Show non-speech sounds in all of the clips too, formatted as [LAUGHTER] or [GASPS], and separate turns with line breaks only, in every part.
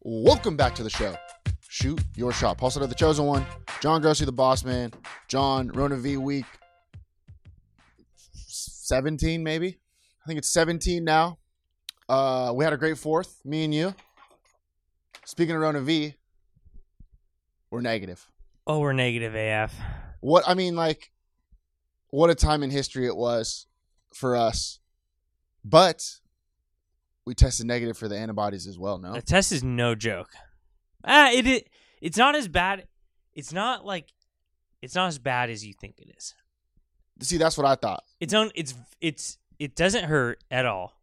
Welcome back to the show. Shoot Your Shot. Paul Sutter, the chosen one, John Grossi, the boss man, John, Rona V, week 17, maybe? I think it's 17 now. Uh, we had a great fourth, me and you. Speaking of Rona V, we're negative.
Oh, we're negative AF.
what I mean, like, what a time in history it was for us. But we tested negative for the antibodies as well. No,
The test is no joke. Ah, it, it it's not as bad. It's not like it's not as bad as you think it is.
see, that's what I thought.
It's on. It's it's it doesn't hurt at all,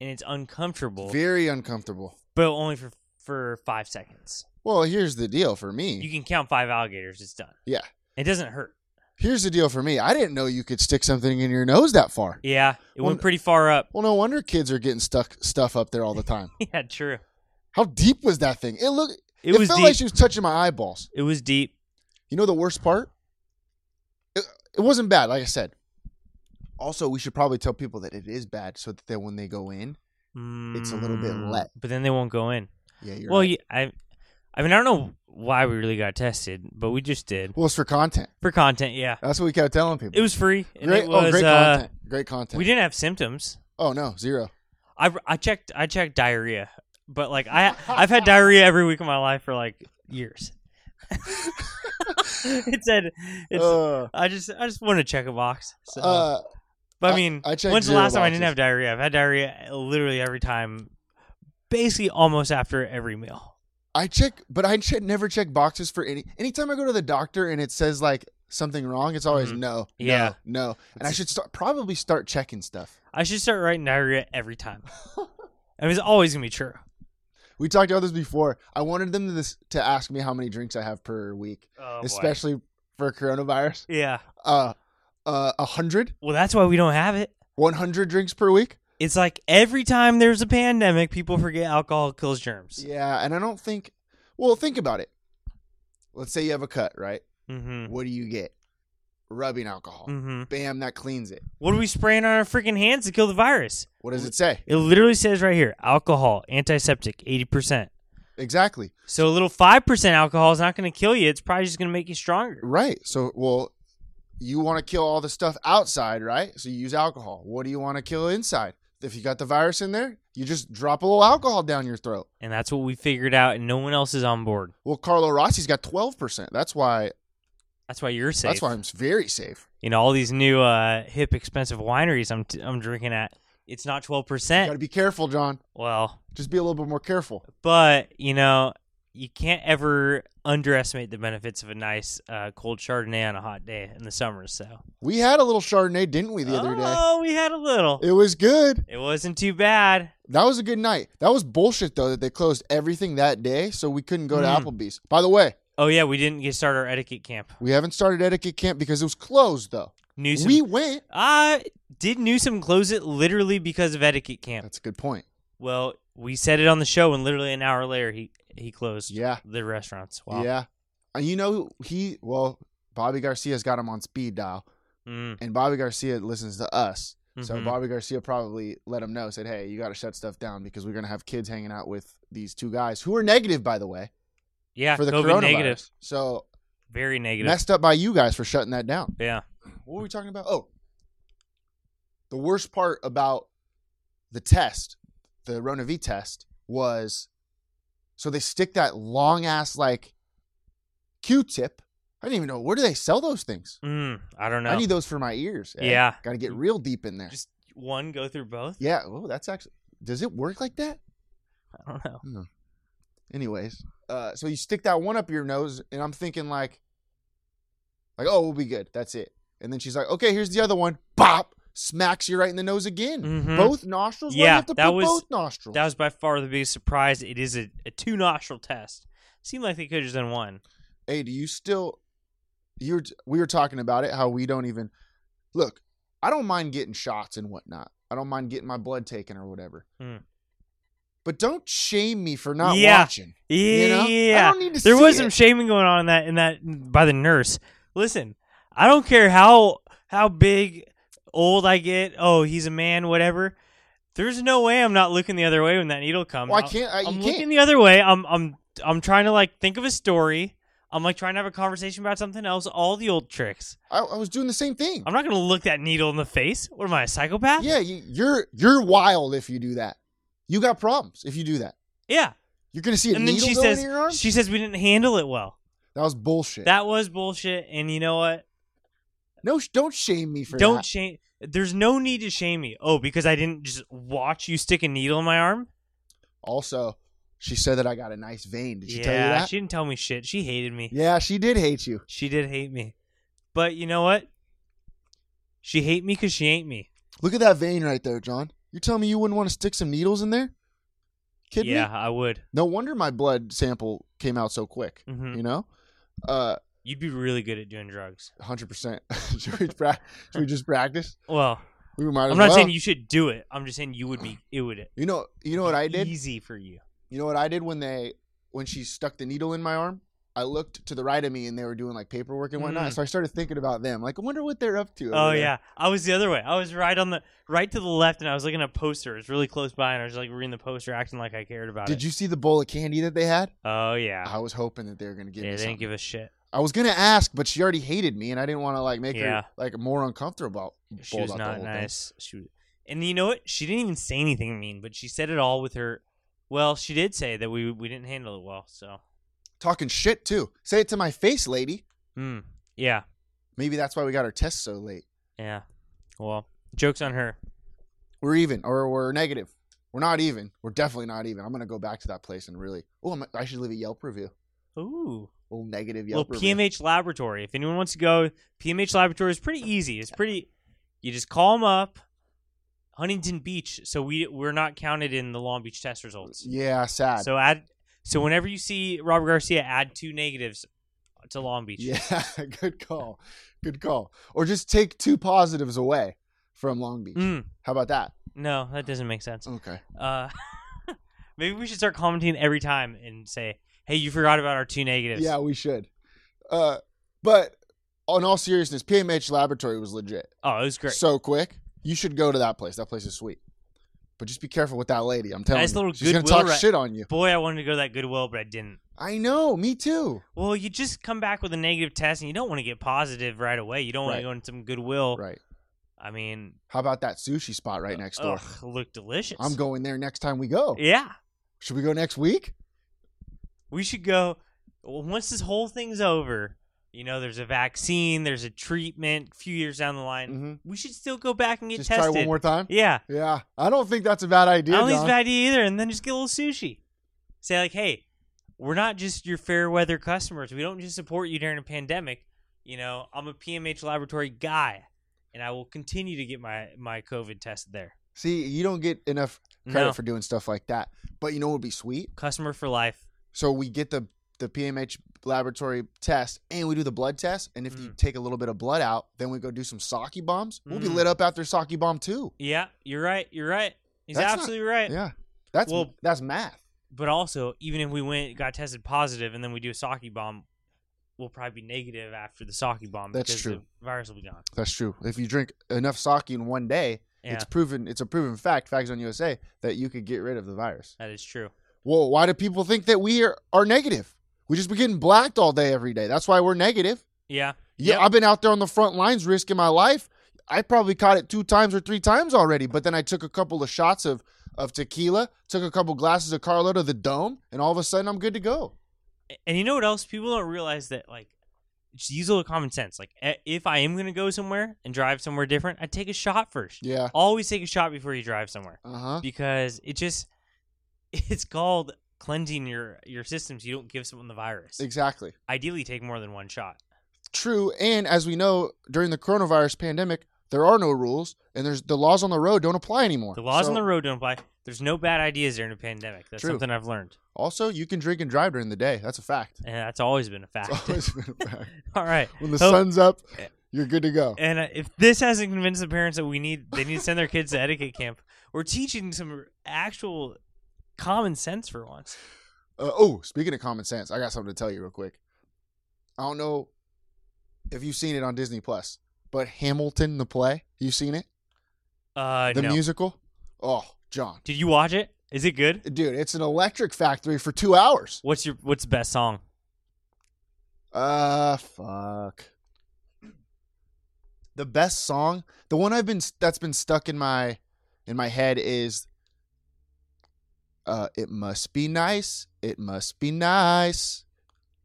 and it's uncomfortable,
Very uncomfortable.
but only for for five seconds.
Well, here's the deal for
You
me.
can count five alligators. It's done.
Yeah,
It doesn't hurt.
here's the deal for me. I didn't know you could stick something in your nose that far.
Yeah, it
Well,
went pretty far up. [LAUGHS]
Well, no wonder kids are getting stuck stuff up there all the time.
yeah, true.
How deep was that thing? It looked.
It was
felt like
deep.
she was touching my eyeballs.
It was deep.
You know the worst part? It, it wasn't bad, like I said. Also, we should probably tell people that it is bad so that then when they go in, It's a little bit
Mm,
wet.
but then they won't go in.
yeah, you're
well,
right.
yeah, I, I mean, I don't know why we really got tested, but we just did
well, it's for content.
for content. Yeah,
That's what we kept telling people.
It was free. And
great.
it was,
oh, great
uh,
content. Great content.
We didn't have symptoms.
oh no, zero.
I, I checked. I checked diarrhea, but like
[LAUGHS]
I I've had diarrhea every week of my life for like years. it said it's.
Uh,
I just I just want to check a box. So.
uh,
but
I-
I mean,
I checked
when's the
zero
last time I didn't
boxes.
have diarrhea? I've had diarrhea literally every time, basically almost after every meal.
I check, but I che- never check boxes for any. Anytime I go to the doctor and it says like something wrong, it's always
Mhm.
no,
Yeah.
no, no. And I should start probably start checking stuff.
I should start writing diarrhea
[LAUGHS]
every time. I mean, it's always gonna be true.
We talked about this before. I wanted them to this, to ask me how many drinks I have per week,
Oh, boy.
especially for coronavirus.
Yeah.
uh, uh, 100,
Well, that's why we don't have it.
100 drinks per week.
It's like every time there's a pandemic, people forget alcohol kills germs.
Yeah, and I don't think. Well, think about it. Let's say you have a cut, right?
Mm-hmm.
What do you get? Rubbing alcohol.
Mm-hmm.
Bam, that cleans it.
What are we spraying on our freaking hands to kill the virus?
What does it say?
It literally says right here alcohol, antiseptic, 80%.
Exactly.
So a little 5% alcohol is not going to kill you. It's probably just going to make you stronger.
Right. So, well, you want to kill all the stuff outside, right? So you use alcohol. What do you want to kill inside? If you got the virus in there, you just drop a little alcohol down your throat.
And that's what we figured out, and no one else is on board.
Well, Carlo Rossi's got 12%. That's why
That's why you're safe.
that's why I'm very safe.
You know, all these new uh, hip, expensive wineries I'm, t- I'm drinking at, it's not
Got
12%.
to be careful, John.
well,
Just be a little bit more careful.
but, you know, you can't ever underestimate the benefits of a nice uh, cold Chardonnay on a hot day in the summer. So,
We had a little Chardonnay, didn't we, the other day?
oh, we had a little.
It was good.
It wasn't too bad.
That was a good night. That was bullshit though that they closed everything that day, so we couldn't go to
Mm.
Applebee's. By the way,
Oh yeah, we didn't get started our etiquette camp.
we haven't started etiquette camp because it was closed though.
Newsom,
We went.
uh, did Newsom close it literally because of etiquette camp?
That's a good point.
Well, we said it on the show, and literally an hour later, he he closed.
Yeah.
the restaurants. Wow.
Yeah, and you know he well Bobby Garcia's got him on speed dial,
Mm,
and Bobby Garcia listens to us. So
mhm.
Bobby Garcia probably let him know, said, "Hey, you got to shut stuff down because we're gonna have kids hanging out with these two guys who are negative, by the way,
yeah, [LAUGHS]
for the
COVID
coronavirus."
negative,
So
very negative.
messed up by you guys for shutting that down.
yeah.
what were we talking about? Oh, the worst part about the test, the Rona V test, was so they stick that long ass like Q-tip. I didn't even know where do they sell those things.
Mm, I don't know.
I need those for my ears.
Yeah.
got to get real deep in there.
Just one go through both.
yeah. Oh, that's actually. Does it work like that?
I don't know.
Anyways, uh, so you stick that one up your nose, and I'm thinking like, like oh, we'll be good. That's it. And then she's like, okay, here's the other one. Bop. Smacks you right in the nose again.
Mhm.
Both nostrils. Why do you
Yeah,
have to
that
put
was-
both nostrils.
That was by far the biggest surprise. It is a, a two nostril test. Seemed like they could have just done one.
hey, do you still? You're we were talking about it how we don't even look. I don't mind getting shots and whatnot. I don't mind getting my blood taken or whatever.
Mm.
But don't shame me for not
Yeah.
watching.
Yeah,
You know? I don't need to
there
see
was
it.
some shaming going on in that in that by the nurse. Listen, I don't care how how big old I get. Oh, he's a man, whatever. There's no way I'm not looking the other way when that needle comes.
Well, I can't- I- Uh, you
I'm
can't.
looking the other way. I'm I'm I'm trying to like think of a story. I'm like trying to have a conversation about something else. All the old tricks.
I, I was doing the same thing.
I'm not gonna look that needle in the face. What am I, a psychopath?
Yeah, you, you're you're wild if you do that. You got problems if you do that.
Yeah.
You're gonna see a
And then
needle
she
go
says
in your arm.
she says we didn't handle it well.
that was bullshit.
That was bullshit. And you know what?
no, sh- don't shame me for
Don't
that.
shame. There's no need to shame me. Oh, because I didn't just watch you stick a needle in my arm.
also, she said that I got a nice vein. Did she
yeah,
tell you that?
she didn't tell me shit. She hated me.
yeah, she did hate you.
She did hate me. But you know what? She hate me because she ain't me.
Look at that vein right there, John. You're telling me you wouldn't want to stick some needles in there? Kid
yeah,
me?
I would.
No wonder my blood sample came out so quick.
Mhm.
You know, uh,
You'd be really good at doing drugs.
hundred percent. [LAUGHS] Should we pra- should we just practice?
Well,
We might as
I'm not
well.
saying you should do it. I'm just saying you would be. It would.
You know, you know what I did.
Easy for you.
You know what I did when they when she stuck the needle in my arm? I looked to the right of me and they were doing like paperwork and whatnot.
Mm.
So I started thinking about them. Like, I wonder what they're up to.
Oh
over there.
yeah, I was the other way. I was right on the right to the left, and I was looking at a poster. It was really close by, and I was like reading the poster, acting like I cared about
Did
it.
you see the bowl of candy that they had?
Oh yeah.
I was hoping that they were gonna give
yeah,
me
they
something.
didn't give a shit.
I was gonna ask, but she already hated me, and I didn't want to like make
Yeah.
her like more uncomfortable. About,
She
bowl
was
about the
not
whole thing.
nice. She was, and you know what? She didn't even say anything mean, but she said it all with her. Well, she did say that we we didn't handle it well. So,
Talking shit too. Say it to my face, lady.
mm, yeah,
Maybe that's why we got our test so late.
yeah. Well, jokes on her.
We're even, or we're negative. We're not even. We're definitely not even. I'm gonna go back to that place and really. Oh, I'm- I should leave a Yelp review.
Ooh,
A little negative
well,
Yelp review.
PMH Laboratory. If anyone wants to go, PMH Laboratory is pretty easy. It's pretty. You just call them up. Huntington Beach. So we we're not counted in the Long Beach test results.
Yeah, sad. [LAUGHS]
So add. So whenever you see Robert Garcia, add two negatives to Long Beach.
Yeah, good call. Good call. Or just take two positives away from Long Beach.
Mm,
How about that?
no, that doesn't make sense.
Okay.
Uh, [LAUGHS] maybe we should start commenting every time and say, "Hey, you forgot about our two negatives."
Yeah, we should. Uh, but on all seriousness, PMH Laboratory was legit.
Oh, it was great.
So quick. You should go to that place. That place is sweet. But just be careful with that lady. I'm telling
Nice
you.
little
She's going to
goodwill
talk
re-
shit on you.
Boy, I wanted to go to that Goodwill, but I didn't.
I know. Me too.
Well, you just come back with a negative test, and you don't want to get positive right away. You don't want
Right.
to go in some Goodwill.
Right.
I mean,
How about that sushi spot right next door?
ugh, oh, look delicious.
I'm going there next time we go.
Yeah,
Should we go next week?
we should go. well, Once this whole thing's over, you know, there's a vaccine, there's a treatment. A few years down the line,
Mhm.
we should still go back and get
Just
tested.
try one more time?
Yeah.
Yeah. I don't think that's a bad idea.
I don't think it's a
Don.
bad idea either. And then just get a little sushi. Say like, hey, we're not just your fair weather customers. We don't just support you during a pandemic. You know, I'm a PMH laboratory guy, and I will continue to get my my COVID tested there.
See, you don't get enough credit
No.
for doing stuff like that. But you know what would be sweet?
Customer for life.
So we get the the PMH laboratory test and we do the blood test. And if you take a little bit of blood out, then we go do some sake bombs. We'll be
Mm.
lit up after sake bomb too.
Yeah, you're right. You're right. He's
That's not-
absolutely right.
Yeah. That's
Eh. Well-
that's math.
But also, even if we went got tested positive and then we do a sake bomb, we'll probably be negative after the sake bomb
That's
because
true.
the virus will be gone.
That's true. If you drink enough sake in one day,
Yeah,
it's proven it's a proven fact, Facts on USA, that you could get rid of the virus.
that is true.
Well, why do people think that we are, are negative? We just be getting blacked all day every day. That's why we're negative.
Yeah.
Yeah,
Yep.
I've been out there on the front lines risking my life. I probably caught it two times or three times already, but then I took a couple of shots of of tequila, took a couple glasses of Carlota the Dome, and all of a sudden I'm good to go.
And you know what else? People don't realize that like just use a little common sense. Like eh, if I am gonna go somewhere and drive somewhere different, I take a shot first.
Yeah.
Always take a shot before you drive somewhere
Uh huh.
because it just [LAUGHS] it's called cleansing your your systems. You don't give someone the virus.
Exactly.
Ideally, take more than one shot.
True. And as we know, during the coronavirus pandemic, there are no rules, and there's the laws on the road don't apply anymore.
The laws
So-
on the road don't apply. There's no bad ideas during a pandemic. That's
True.
something I've learned,
Also, you can drink and drive during the day. That's a fact.
and that's always been a fact. eh,
It's always been a fact.
[LAUGHS] All right.
When the
Hope-
sun's up, you're good to go.
And uh, if this hasn't convinced the parents that we need, they need to send their kids to etiquette camp. We're teaching some actual common sense for once.
Uh, oh, speaking of common sense, I got something to tell you real quick. I don't know if you've seen it on Disney Plus, but Hamilton the play, you seen it?
Uh,
The
no.
musical? Oh, John.
Did you watch it? Is it good?
Dude, it's an electric factory for 2 hours.
What's your What's the best song?
Uh fuck. The best song, the one I've been that's been stuck in my in my head is uh it must be nice. It must be nice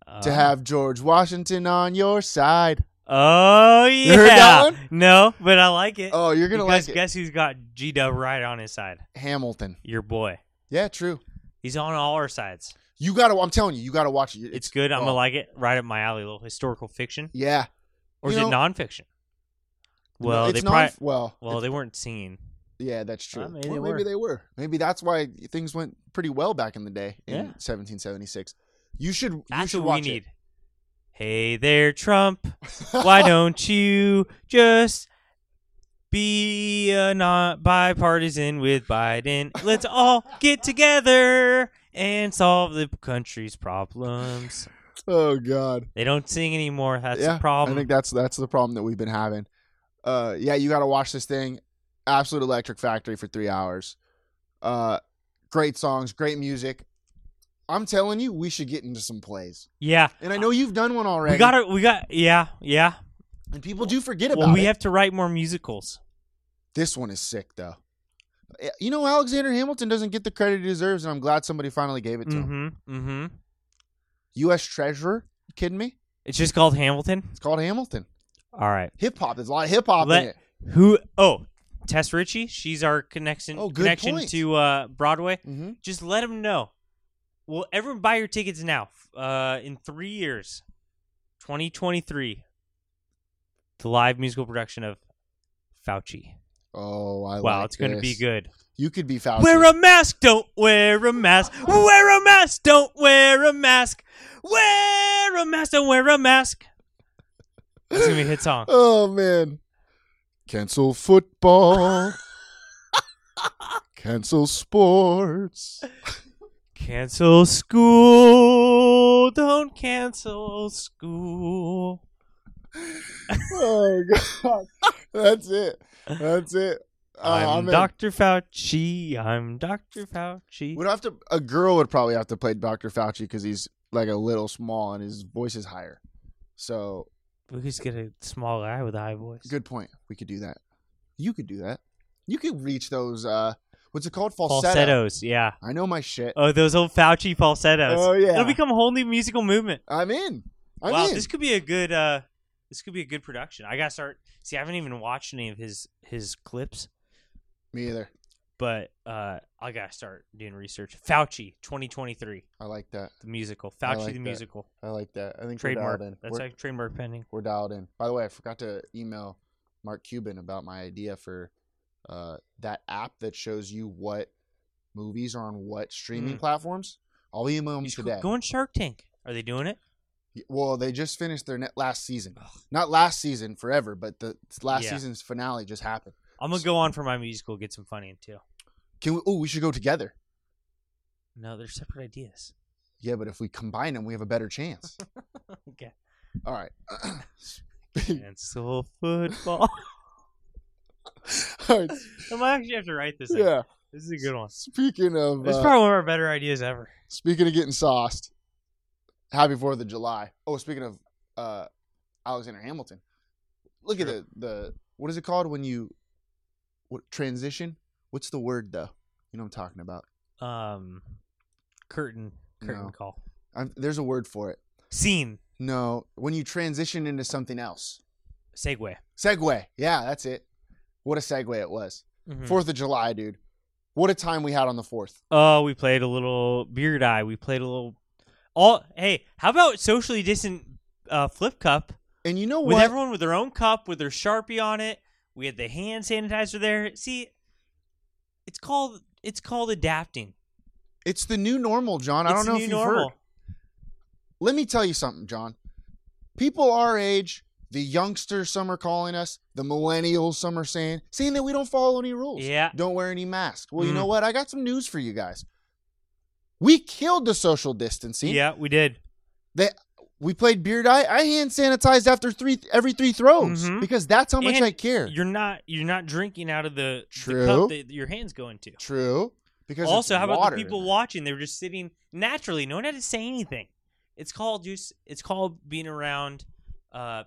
Uh,
to have George Washington on your side.
Oh yeah.
heard that one?
No, but I like it.
Oh, you're going to
because
like it.
guess who's got G Dub right on his side?
Hamilton.
Your boy.
Yeah, true.
He's on all our sides.
You got to I'm telling you, you got to watch it.
It's, good. I'm
oh,
gonna like it. Right up my alley. A little historical fiction,
Yeah.
or
You
is
know-
it nonfiction? Well,
it's
they
non-
probably,
well,
well they weren't singing.
Yeah, that's true.
Well, maybe
Well,
they
maybe
were.
they were. Maybe that's why things went pretty well back in the day in
Yeah.
1776. You should. you
That's
should
what we
watch
need. Hey there, Trump.
[LAUGHS]
Why don't you just be uh, not bipartisan with Biden? Let's all get together and solve the country's problems.
It. Oh God.
They don't sing anymore. That's
yeah,
the problem.
I think that's that's the problem that we've been having. Uh, yeah, you got to watch this thing. Absolute Electric Factory for three hours. Uh, great songs, great music. I'm telling you, we should get into some plays.
yeah,
And I know you've done one already.
we got to We got yeah, yeah.
and people do forget about
Well, we
it.
have to write more musicals.
This one is sick though. Eh, You know, Alexander Hamilton doesn't get the credit he deserves, and I'm glad somebody finally gave it to him.
Mm-hmm. Mm-hmm.
U.S. Treasurer? You kidding me?
It's just called Hamilton.
It's called Hamilton.
All right.
Hip hop. There's a lot of hip hop
Let-
in it.
Who? Oh, Tess Ritchie. She's our connection.
Oh, good
connection
point.
to uh, Broadway.
Mhm.
Just let them know. Well, everyone buy your tickets now. F- Uh, in three years, 2023, the live musical production of Fauci.
Oh, I
wow,
like
it's going to be
this.
good.
You could be Fauci.
Wear a mask, don't wear a mask. Wear a mask, don't wear a mask. Wear a mask, don't wear a mask. That's going to be a hit song.
oh man. Cancel
[LAUGHS]
football. Cancel sports.
Cancel school. Don't cancel school.
Oh god. [LAUGHS] That's it. That's it. Uh,
I'm
I'm in.
Dr. Fauci. I'm Dr. Fauci.
Would have to a girl would probably have to play Dr. Fauci because he's like a little small and his voice is higher. So
We just get a small guy with a high voice.
good point. We could do that. You could do that. You could reach those. uh What's it called? Falsetto.
Falsettos, yeah.
I know my shit.
Oh, those old Fauci falsettos.
Oh, yeah.
It'll become a whole new musical movement.
I'm in. I'm
wow,
in.
this could be a good uh this could be a good production. I gotta start see I haven't even watched any of his his clips,
Me either.
but uh I gotta start doing research. Fauci twenty twenty three,
I like that.
the musical.
I
Fauci
like that.
the musical.
I like that. I think
Trademark.
We're dialed in.
That's
we're,
like trademark pending.
we're dialed in. By the way, I forgot to email Mark Cuban about my idea for uh that app that shows you what movies are on what streaming
Mm.
platforms. I'll email him
You should
today.
Go on Shark Tank. Are they doing it?
Well, they just finished their net last season. Not last season forever, but the last
Yeah.
season's finale just happened.
I'm gonna go on for my musical, get some funny in too.
Can we? Oh, we should go together.
No, they're separate ideas. [LAUGHS]
Yeah, but if we combine them, we have a better chance.
Okay.
All right.
And soul football.
[LAUGHS]
[LAUGHS]
All right.
I might actually have to write this. thing.
Yeah.
This is a good one.
Speaking of
This is
uh,
probably one of our better ideas ever.
speaking of getting sauced, happy Fourth of July. Oh, speaking of uh, Alexander Hamilton, look at the the what is it called when you what transition? What's the word though? You know what I'm talking about.
Um, curtain curtain
No.
call
I'm, there's a word for it.
scene
No, when you transition into something else.
segue.
Segue. Yeah, that's it. What a segue it was.
Mhm.
Fourth of July, dude. What a time we had on the fourth.
Oh, we played a little beard eye. We played a little. All hey, how about socially distant uh, flip cup
And you know
with
what?
everyone with their own cup with their sharpie on it? We had the hand sanitizer there. See, it's called it's called adapting.
it's the new normal, John. I don't
It's the
know
new
if you've
normal.
heard. Let me tell you something, John. People our age, the youngsters, some are calling us, the millennials, some are saying, saying that we don't follow any rules.
Yeah.
Don't wear any masks. Well, you
Mm.
know what? I got some news for you guys. We killed the social distancing.
Yeah, we did.
We played beard. I, I hand sanitized after three every three throws
Mhm.
because that's how much
And
I care.
You're not you're not drinking out of the, the
True.
cup that your hands go into.
True. Because it's
Also, how about
water.
the people watching? They were just sitting naturally. No one had to say anything. It's called just. It's called being around uh,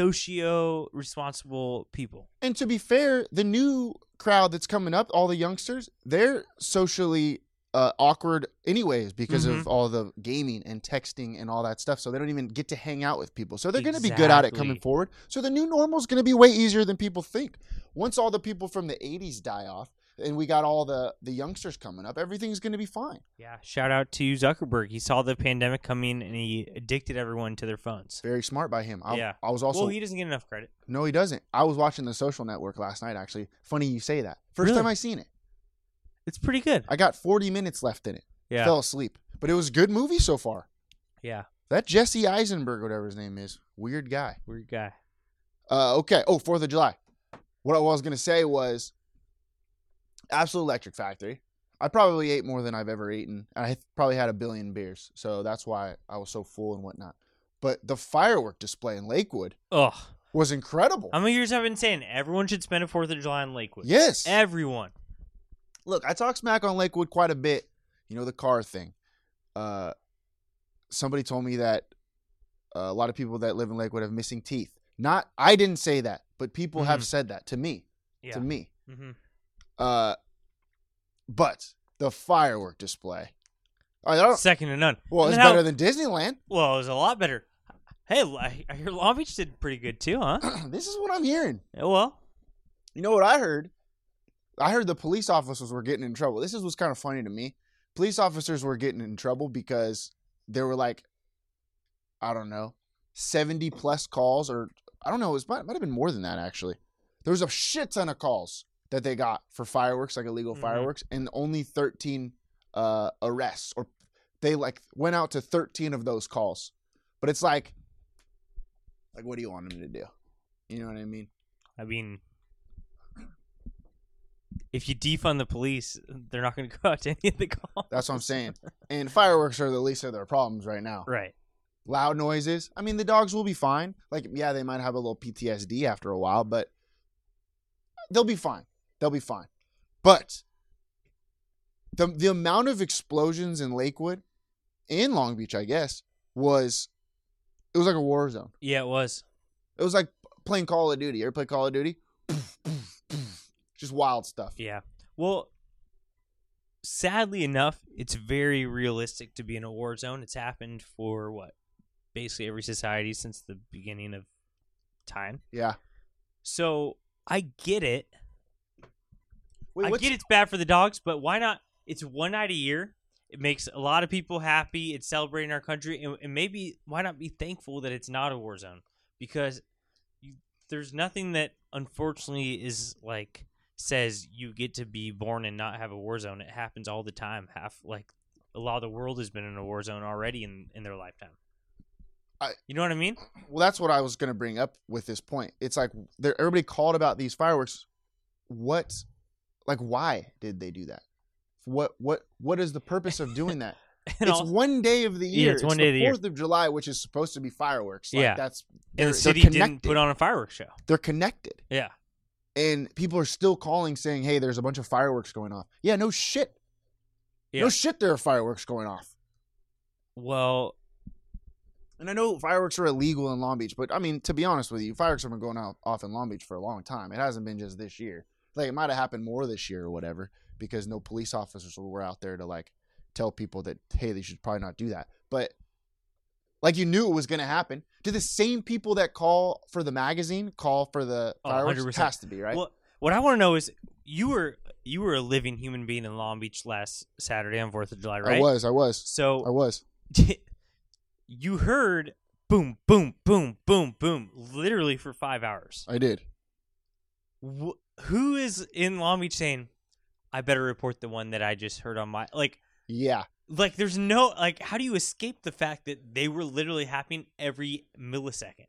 socio responsible people.
And to be fair, the new crowd that's coming up, all the youngsters, they're socially uh, awkward anyways because
Mm-hmm.
of all the gaming and texting and all that stuff. So they don't even get to hang out with people. So they're going to be good at it coming
Exactly.
forward. So the new normal is going to be way easier than people think. Once all the people from the 80s die off and we got all the, the youngsters coming up, everything's going to be fine.
Yeah. Shout out to Zuckerberg. He saw the pandemic coming and he addicted everyone to their phones.
Very smart by him. I,
Yeah.
I was also
well, he doesn't get enough credit.
No, he doesn't. I was watching The Social Network last night. Actually, funny you say that. First
Really?
time I seen it.
It's pretty good.
I got 40 minutes left in it.
Yeah.
Fell asleep, but it was a good movie so far.
Yeah.
That Jesse Eisenberg, whatever his name is, weird guy.
Weird guy.
Uh, okay. Oh, Fourth of July. What I was gonna say was, Absolute Electric Factory. I probably ate more than I've ever eaten, and I probably had a billion beers, so that's why I was so full and whatnot. But the firework display in Lakewood
Ugh.
was incredible.
How many years have I been saying everyone should spend a Fourth of July in Lakewood?
yes.
Everyone.
look, I talk smack on Lakewood quite a bit. You know the car thing. Uh, somebody told me that uh, a lot of people that live in Lakewood have missing teeth. Not, I didn't say that, but people have
Mhm.
said that to me.
Yeah.
To me.
hmm
Uh, but the firework display. I don't,
Second to none.
Oh. well,
And
it's
then how-
better than Disneyland. [CLEARS THROAT]
Well, it was a lot better. Hey, I I hear Long Beach did pretty good
[GASPS]
too, huh?
this is what I'm hearing.
Yeah, Well,
You know what I heard? I heard the police officers were getting in trouble. This is what's kind of funny to me. Police officers were getting in trouble because there were like, I don't know, 70 plus calls, or I don't know, it was, might, might have been more than that actually. There was a shit ton of calls that they got for fireworks, like illegal
Mhm.
fireworks, and only 13 uh, arrests, or they like went out to 13 of those calls. But it's like, like, what do you want them to do? You know what I mean?
I mean, if you defund the police, they're not going to [LAUGHS] go out to any of the calls.
That's what I'm saying. And fireworks are the least of their problems right now.
Right.
Loud noises. I mean, the dogs will be fine. Like, yeah, they might have a little PTSD after a while, but they'll be fine. They'll be fine. But the the amount of explosions in Lakewood and Long Beach, I guess, was it was like a war zone.
Yeah, it was.
It was like playing Call of Duty. You ever play Call of Duty? [SNIFFS] Just wild stuff.
Yeah. Well, sadly enough, it's very realistic to be in a war zone. It's happened for what? Basically every society since the beginning of time.
Yeah.
So I get it.
Wait,
I
what's-
get it's bad for the dogs, but why not? It's one night a year. It makes a lot of people happy. It's celebrating our country, and, and maybe why not be thankful that it's not a war zone? Because you, there's nothing that unfortunately is like says you get to be born and not have a war zone. It happens all the time. Half like a lot of the world has been in a war zone already in in their lifetime.
I-
you know what
[LAUGHS]
I mean?
Well, that's what I was going to bring up with this point. It's like they're- everybody called about these fireworks. What, like, why did they do that? What, what, what is the purpose of doing that?
[LAUGHS] And
it's
all-
one day of the
Yeah,
year.
it's one day of the year.
Fourth of July, which is supposed to be fireworks. Like,
Yeah.
that's they're-
and the city
they're
didn't
connected.
put on a fireworks show.
they're connected,
Yeah,
and people are still calling saying, "Hey, there's a bunch of fireworks going off." Yeah, no shit. No
Yeah.
shit, there are fireworks going off.
well,
And I know fireworks are illegal in Long Beach, but I mean, to be honest with you, fireworks have been going out, off in Long Beach for a long time. It hasn't been just this year. Like it might have happened more this year or whatever. because no police officers were out there to like tell people that hey they should probably not do that but like you knew it was going to happen do the same people that call for the magazine call for the
Oh,
fireworks
100%.
has to be right
Well, what I want to know is you were you were a living human being in Long Beach last Saturday on Fourth of July, right?
i was i was i
So
was
[LAUGHS] you heard boom, boom, boom, boom, boom, literally for five hours.
i did
Wh- who is in Long Beach saying, "I better report the one that I just heard on my like"?
yeah
Like, there's no like. How do you escape the fact that they were literally happening every millisecond?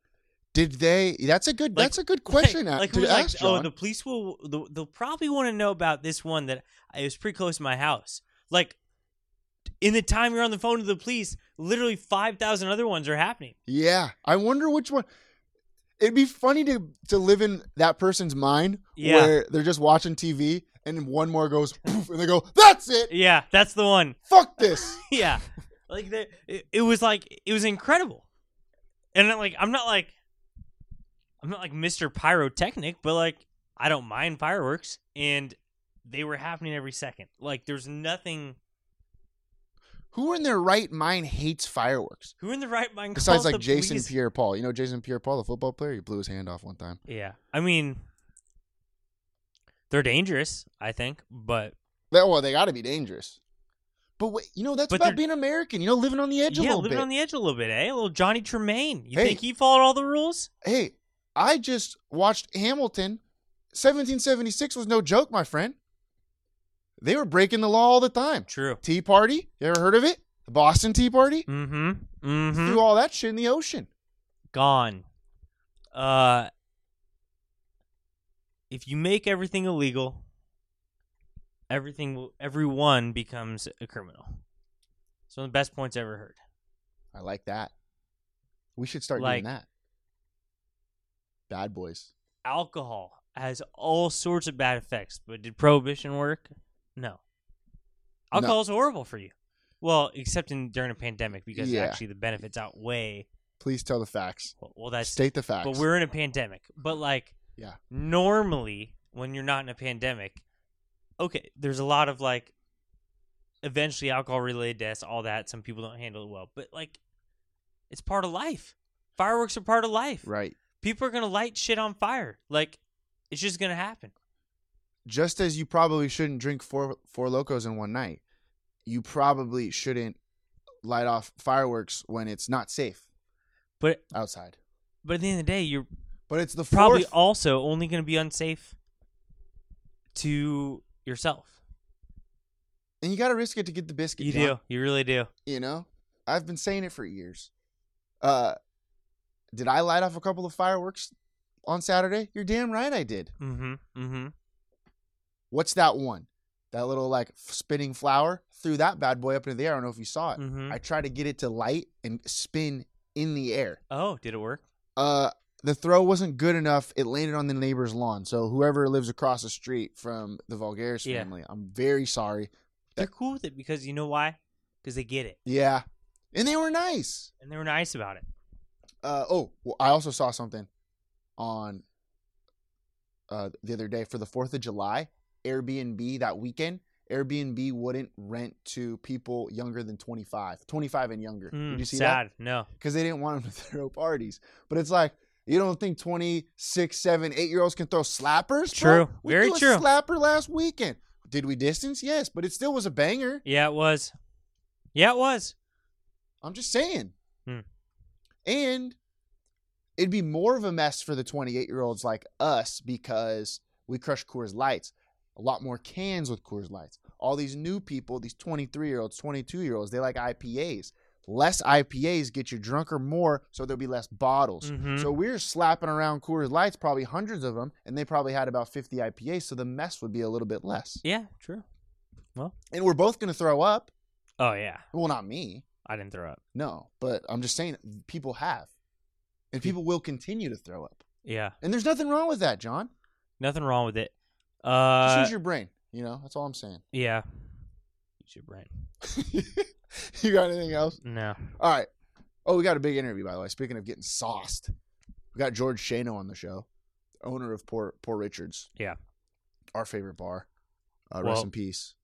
did they that's a good
[LAUGHS] Like-
that's a good question
Like,
a-
like,
to
who's like,
ask,
oh,
John.
the police will. the- They'll probably want to know about this one that I it was pretty close to my house. Like, in the time you're on the phone to the police, literally five thousand other ones are happening.
Yeah, I wonder which one. It'd be funny to to live in that person's mind
Yeah.
where they're just watching TV and one more goes poof, and they go, "That's it,
Yeah, that's the one. [LAUGHS]
fuck this."
Yeah, like the, it, it was like it was incredible, and then, like I'm not like I'm not like Mr. Pyrotechnic, but like I don't mind fireworks, and they were happening every second. Like there's nothing.
Who in their right mind hates fireworks?
Who in the right mind?
Besides,
calls
like
the
Jason
police?
Pierre-Paul, you know Jason Pierre-Paul, the football player, he blew his hand off one time.
Yeah. I mean, they're dangerous, I think, but
They, well, they got to be dangerous. But wait, you know that's
But
about
they're-
being American. You know, living on the edge a
yeah,
little
living
bit.
on the edge a little bit, eh? A little Johnny Tremaine. You
Hey.
think he followed all the rules?
hey, I just watched Hamilton. 1776 was no joke, my friend. They were breaking the law all the time.
True.
Tea Party. You ever heard of it? The Boston Tea Party?
Mm hmm. Mm hmm.
Threw all that shit in the ocean.
Gone. Uh, if you make everything illegal, everything will, everyone becomes a criminal. It's one of the best points I ever heard.
I like that. We should start
Like-
doing that. Bad boys.
alcohol has all sorts of bad effects, but did prohibition work? No.
No.
Alcohol is horrible for you. Well, except in during a pandemic because
Yeah.
actually the benefits outweigh.
Please tell the facts.
Well, well, that's
State the facts.
but we're in a pandemic. But like
Yeah.
normally when you're not in a pandemic, okay, there's a lot of like eventually alcohol related deaths, all that. Some people don't handle it well, but like it's part of life. Fireworks are part of life.
right.
People are gonna light shit on fire. Like it's just gonna happen.
Just as you probably shouldn't drink four four locos in one night, you probably shouldn't light off fireworks when it's not safe
But
outside.
but at the end of the day, you're
But it's the
probably
fourth.
also only gonna be unsafe to yourself.
and you got to risk it to get the biscuit.
You
John.
do. You really do.
You know, I've been saying it for years. Uh, did I light off a couple of fireworks on Saturday? You're damn right I did.
Mm-hmm. Mm-hmm.
What's that one? That little like f- spinning flower threw that bad boy up into the air. I don't know if you saw it.
Mhm.
I tried to get it to light and spin in the air.
Oh, did it work?
Uh, the throw wasn't good enough. It landed on the neighbor's lawn. So whoever lives across the street from the Vulgaris
Yeah.
family, I'm very sorry.
They're cool with it because you know why? Because they get it
Yeah, and they were nice.
and they were nice about it.
uh, oh, well, I also saw something on uh, the other day for the Fourth of July. Airbnb that weekend, Airbnb wouldn't rent to people younger than 25, 25 and younger. Did
Mm,
you see that?
sad. No.
Because they didn't want them [LAUGHS] to throw parties. But it's like you don't think 26, 7, 8 year olds can throw slappers? bro?
True.
We
Very
threw
true.
A slapper last weekend. Did we distance? Yes, but it still was a banger.
Yeah, it was. Yeah, it was.
I'm just saying.
Hmm.
And it'd be more of a mess for the 28 year olds like us because we crush Coors Lights, a lot more cans with Coors Lights. All these new people, these 23 year olds, 22 year olds, they like IPAs. Less IPAs get you drunker more, so there'll be less bottles.
Mhm.
So we're slapping around Coors Lights, probably hundreds of them, and they probably had about 50 IPAs, so the mess would be a little bit less.
Yeah, true.
And we're both going to throw up.
Oh yeah,
Well, not me.
I didn't throw up.
No, but I'm just saying mm, people have. And people will continue to throw up.
Yeah,
And there's nothing wrong with that, John.
nothing wrong with it.
Just
Uh,
use your brain. You know, that's all I'm saying. [LAUGHS]
yeah. Use your brain.
you got anything else?
No.
All right. Oh, we got a big interview, by the way. Speaking of getting sauced, we got George Shano on the show, owner of Poor Poor Richards.
Yeah.
Our favorite bar. Uh,
Well-
rest in peace.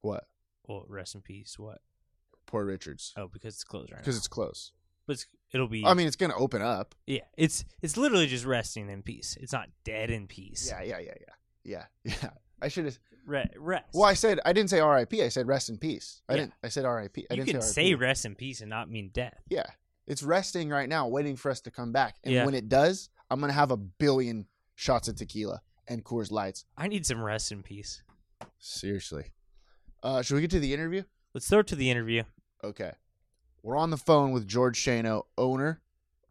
What?
Well, rest in peace. What?
Poor Richards.
Oh, because it's closed right now.
Because it's close.
But it's, it'll be.
I mean, it's going to open up.
yeah, it's it's literally just resting in peace. It's not dead in peace.
Yeah, yeah, yeah, yeah, [LAUGHS] yeah, yeah. I should have.
Re- rest.
Well, I said I didn't say R.I.P. I said rest in peace. I
Yeah.
didn't. I said R.I.P. I
you
didn't
can
say,
say
RIP.
rest in peace and not mean death.
Yeah, it's resting right now, waiting for us to come back. And
Yeah.
when it does, I'm gonna have a billion shots of tequila and Coors Lights.
I need some rest in peace.
Seriously. Uh, should we get to the interview?
Let's throw it to
[LAUGHS]
the interview.
Okay. We're on the phone with George Shano, owner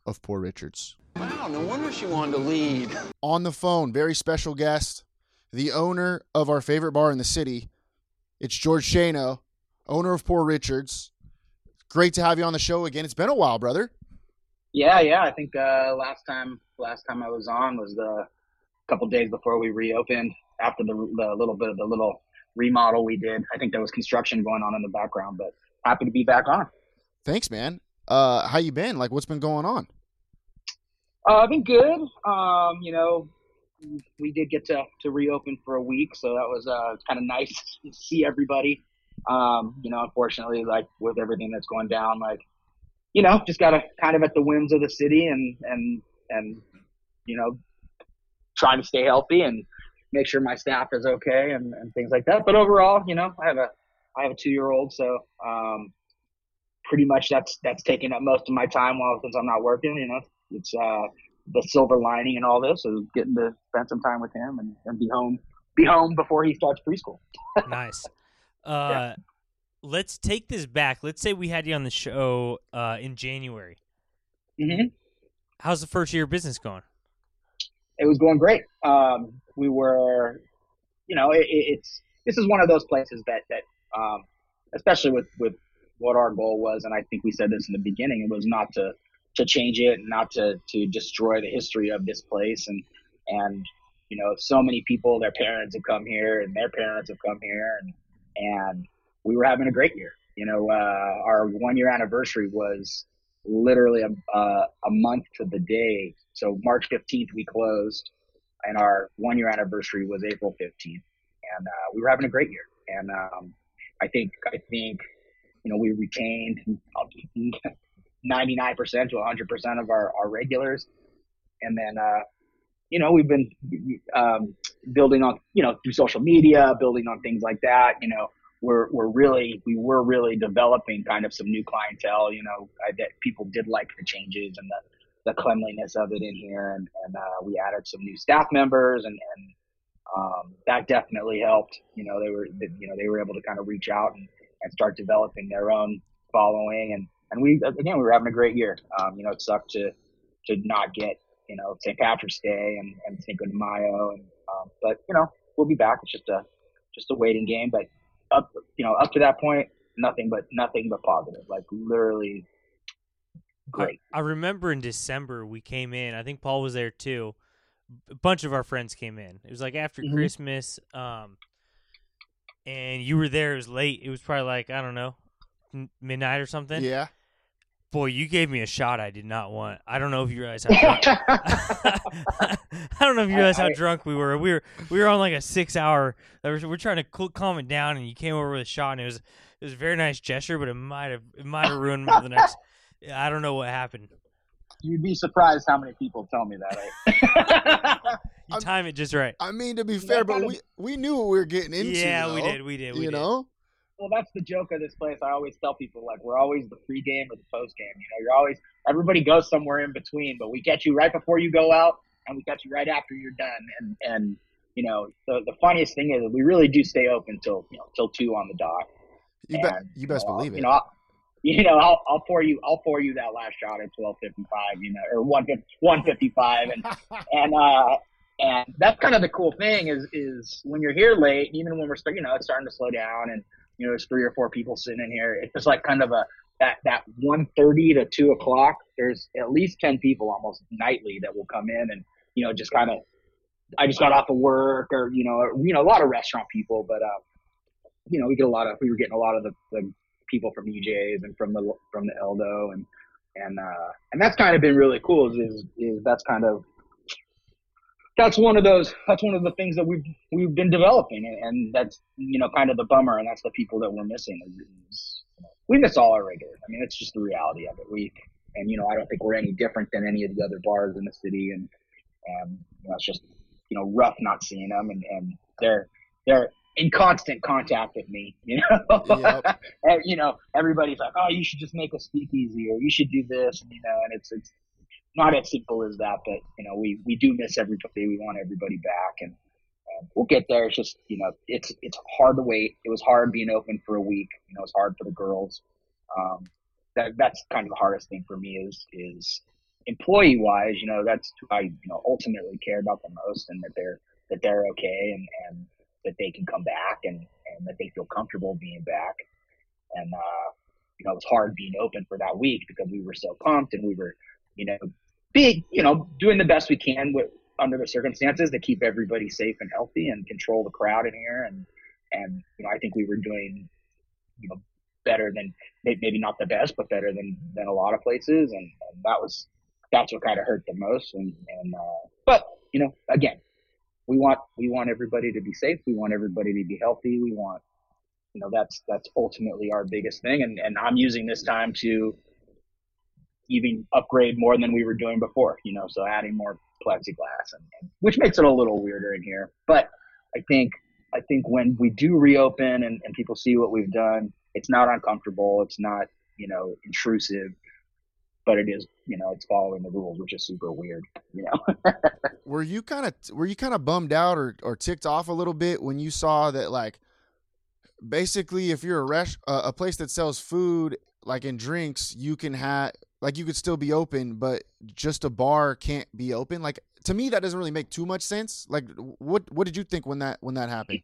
of Poor Richards.
Wow, no wonder she wanted to leave.
On the phone, very special guest, the owner of our favorite bar in the city. It's George Shano, owner of Poor Richards. Great to have you on the show again. It's been a while, brother.
Yeah, yeah. I think uh, last time last time I was on was the couple days before we reopened after the, the little bit of the little remodel we did. I think there was construction going on in the background, but happy to be back on.
Thanks, man. Uh, how you been? Like, what's been going on?
Uh, I've been good. Um, you know, we did get to, to reopen for a week, so that was uh, kind of nice [LAUGHS] to see everybody. Um, you know, unfortunately, like with everything that's going down, like you know, just gotta kind of at the whims of the city and and and you know, trying to stay healthy and make sure my staff is okay and, and things like that. But overall, you know, I have a I have a two year old, so um, pretty much that's that's taking up most of my time while since I'm not working. You know, it's uh, the silver lining and all this is getting to spend some time with him and, and be home be home before he starts preschool.
nice. Uh, Let's take this back. Let's say we had you on the show uh, in January.
Mm-hmm.
How's the first year of business going?
it was going great. Um, we were, you know, it, it- it's this is one of those places that that, um, especially with with what our goal was, and I think we said this in the beginning, it was not to to change it, not to to destroy the history of this place, and and you know, so many people, their parents have come here, and their parents have come here, and and we were having a great year. You know, uh, our one year anniversary was literally a, uh, a month to the day. So March 15th, we closed, and our one year anniversary was April 15th. And uh, we were having a great year. And um, I think, I think, you know, we retained 99% to 100% of our, our regulars. And then, uh, you know, we've been um, building on, you know, through social media, building on things like that, you know, we're, we're really we were really developing kind of some new clientele. You know, I, that people did like the changes and the, the cleanliness of it in here, and, and uh, we added some new staff members, and, and um, that definitely helped. You know, they were they, you know they were able to kind of reach out and, and start developing their own following, and and we again we were having a great year. Um, you know, it sucked to to not get you know St. Patrick's Day and, and Cinco de Mayo, and, um, but you know we'll be back. It's just a just a waiting game, but up you know up to that point nothing but nothing but positive like literally great
I, I remember in December we came in. I think Paul was there too. A bunch of our friends came in. It was like after
Mhm.
Christmas, um, and you were there. It was late. It was probably like I don't know, n- midnight or something.
yeah.
Boy, you gave me a shot I did not want. I don't know if you realize how.
[LAUGHS]
Drunk- [LAUGHS] I don't know if you realize how
I-
drunk we were. We were we were on like a six hour. there was- We're trying to cool, calm it down, and you came over with a shot, and it was it was a very nice gesture, but it might have it might have ruined the next. I don't know what happened.
[LAUGHS] you'd be surprised how many people tell me that right?
You
I'm-
time it just right.
I mean, to be fair, but we we knew what we were getting into.
yeah, we
though,
did. We did. We
you
did.
know,
[LAUGHS] well that's the joke of this place i always tell people like we're always the pregame or the postgame you know you're always everybody goes somewhere in between but we catch you right before you go out and we catch you right after you're done and and you know the, the funniest thing is that we really do stay open till you know till two on the dot
you bet.
And,
You best
know, I'll-
believe it.
You know, I'll, [LAUGHS] you know, I'll, I'll pour you, I'll pour you that last shot at twelve fifty five, you know, or one one fifty five,
[LAUGHS]
and and uh, and that's kind of the cool thing is is when you're here late, even when we're start, you know, it's starting to slow down, and you know, there's three or four people sitting in here. It's just like kind of a that that one thirty to two o'clock. There's at least ten people almost nightly that will come in and you know just kind of. I just got off of work, or you know, you know, a lot of restaurant people, but uh, you know, we get a lot of we were getting a lot of the, the people from EJ's and from the from the Eldo and and uh, and that's kind of been really cool. Is, is is that's kind of that's one of those that's one of the things that we've we've been developing and, and that's you know kind of the bummer and that's the people that we're missing is- we miss all our regulars i mean it's just the reality of it we and you know i don't think we're any different than any of the other bars in the city and and you know, it's just you know rough not seeing them and, and they're they're in constant contact with me [LAUGHS] you know
Yep.
[LAUGHS] And, you know everybody's like oh you should just make a speakeasy or you should do this and, you know and it's it's not as simple as that, but you know, we, we do miss everybody. We want everybody back, and uh, we'll get there. It's just you know, it's it's hard to wait. It was hard being open for a week. You know, it's hard for the girls. Um, that that's kind of the hardest thing for me is is employee wise. You know, that's who I you know ultimately care about the most, and that they're that they're okay, and and that they can come back, and and that they feel comfortable being back, and uh, you know, it was hard being open for that week because we were so pumped and we were you know be you know doing the best we can with under the circumstances to keep everybody safe and healthy and control the crowd in here and and you know I think we were doing you know better than may- maybe not the best but better than than a lot of places and, and that was that's what kind of hurt the most and and uh, but you know again we want we want everybody to be safe we want everybody to be healthy we want you know that's that's ultimately our biggest thing and and I'm using this time to even upgrade more than we were doing before, you know, so adding more plexiglass and, and which makes it a little weirder in here. But I think I think when we do reopen and, and people see what we've done, it's not uncomfortable, it's not, you know, intrusive, but it is, you know, it's following the rules, which is super weird, you know.
were you kind of were you kind of bummed out or or ticked off a little bit when you saw that like basically if you're a rest uh, a place that sells food like and drinks you can have like you could still be open but just a bar can't be open like to me that doesn't really make too much sense like what what did you think when that when that happened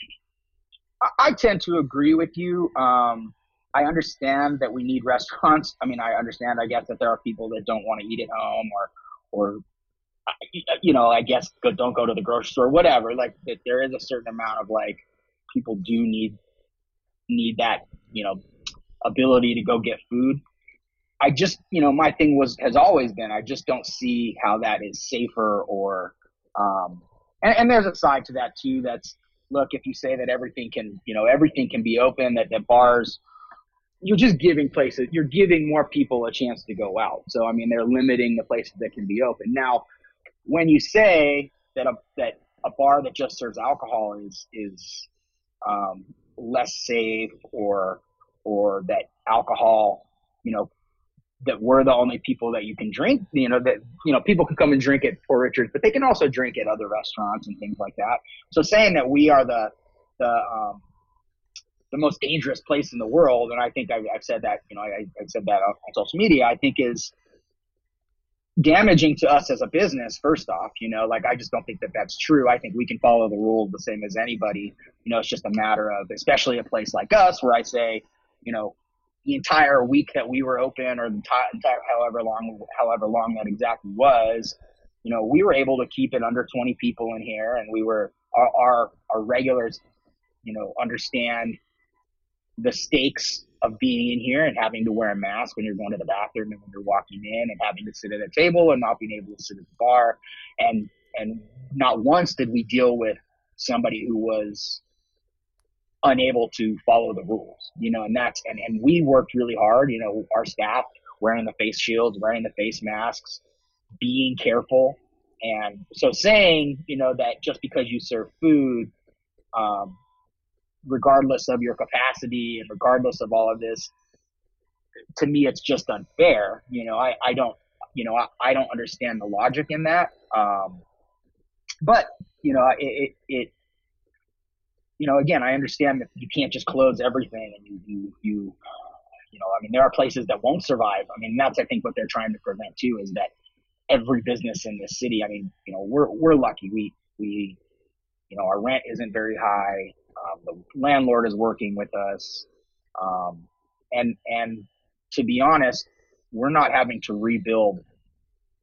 I- I tend to agree with you. Um, I understand that we need restaurants. I mean, I understand, I guess, that there are people that don't want to eat at home or, or, I- you know, I guess go, don't go to the grocery store, whatever. Like that, there is a certain amount of like people do need need that, you know, ability to go get food. I just, you know, my thing was has always been I just don't see how that is safer or, um, and, and there's a side to that too. That's look, if you say that everything can, you know, everything can be open, that, that bars, you're just giving places, you're giving more people a chance to go out. So, I mean, they're limiting the places that can be open. Now, when you say that a, that a bar that just serves alcohol is, is um, less safe or, or that alcohol, you know, that we're the only people that you can drink, you know, that, you know, people can come and drink at Poor Richards, but they can also drink at other restaurants and things like that. So saying that we are the the um, the most dangerous place in the world, and I think I've, I've said that you know I, I've said that on on social media. I think is damaging to us as a business. First off, you know, like I just don't think that that's true. I think we can follow the rules the same as anybody. You know, it's just a matter of, especially a place like us, where I say, you know, the entire week that we were open, or the ti- entire however long however long that exactly was, you know, we were able to keep it under 20 people in here, and we were our our, our regulars, you know, understand the stakes of being in here and having to wear a mask when you're going to the bathroom and when you're walking in, and having to sit at a table and not being able to sit at the bar, and and not once did we deal with somebody who was unable to follow the rules, you know, and that's and, and we worked really hard, you know, our staff wearing the face shields, wearing the face masks, being careful. And so saying, you know, that just because you serve food, um, regardless of your capacity and regardless of all of this, to me, it's just unfair. You know, I, I don't, you know, I, I don't understand the logic in that. Um, but, you know, it, it, it, you know, again, I understand that you can't just close everything and you, you, you, you know, I mean, there are places that won't survive. I mean, that's, I think, what they're trying to prevent too, is that every business in this city. I mean, you know, we're we're lucky. We we, you know, our rent isn't very high. Um, the landlord is working with us, um, and and to be honest, we're not having to rebuild,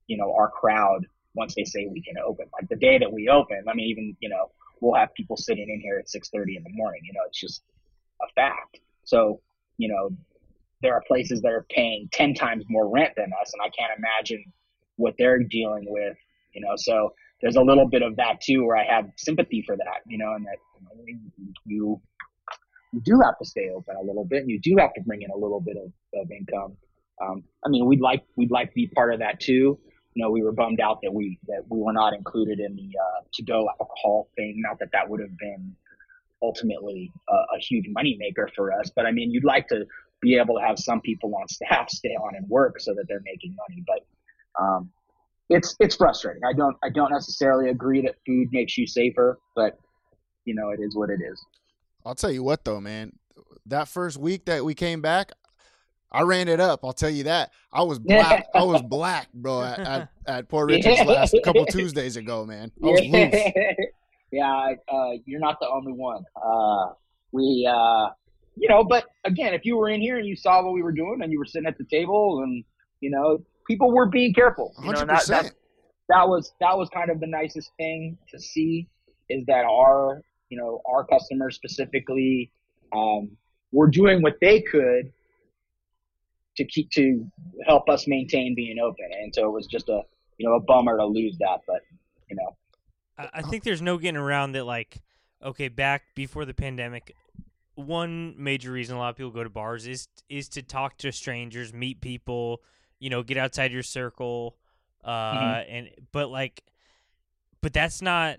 you know, our crowd once they say we can open. Like the day that we open, I mean, even you know, we'll have people sitting in here at six thirty in the morning. You know, it's just a fact. So you know. There are places that are paying ten times more rent than us, and I can't imagine what they're dealing with, you know. So there's a little bit of that too, where I have sympathy for that, you know, and that you, know, you you do have to stay open a little bit, and you do have to bring in a little bit of, of income. Um, I mean, we'd like we'd like to be part of that too. You know, we were bummed out that we that we were not included in the uh, to go alcohol thing. Not that that would have been ultimately a, a huge money maker for us, but I mean, you'd like to be able to have some people on staff stay on and work so that they're making money. But um, it's it's frustrating. I don't I don't necessarily agree that food makes you safer, but you know, it is what it is.
I'll tell you what though, man. That first week that we came back, I ran it up. I'll tell you that. I was black. I was black, bro. At, at, at Port Richard's
Yeah.
last couple Tuesdays ago, man. I was loose.
[LAUGHS] yeah, uh, you're not the only one. Uh, we, uh, you know, but again, if you were in here and you saw what we were doing and you were sitting at the table and you know, people were being careful. You know,
Hundred
and that, that
percent.
that was that was kind of the nicest thing to see is that our you know our customers specifically um, were doing what they could to keep to help us maintain being open, and so it was just a you know a bummer to lose that, but you know
I,
[LAUGHS]
I think there's no getting around that. Like, okay, back before the pandemic, one major reason a lot of people go to bars is is to talk to strangers, meet people, you know, get outside your circle. Uh,
Mm-hmm.
and but like, but that's not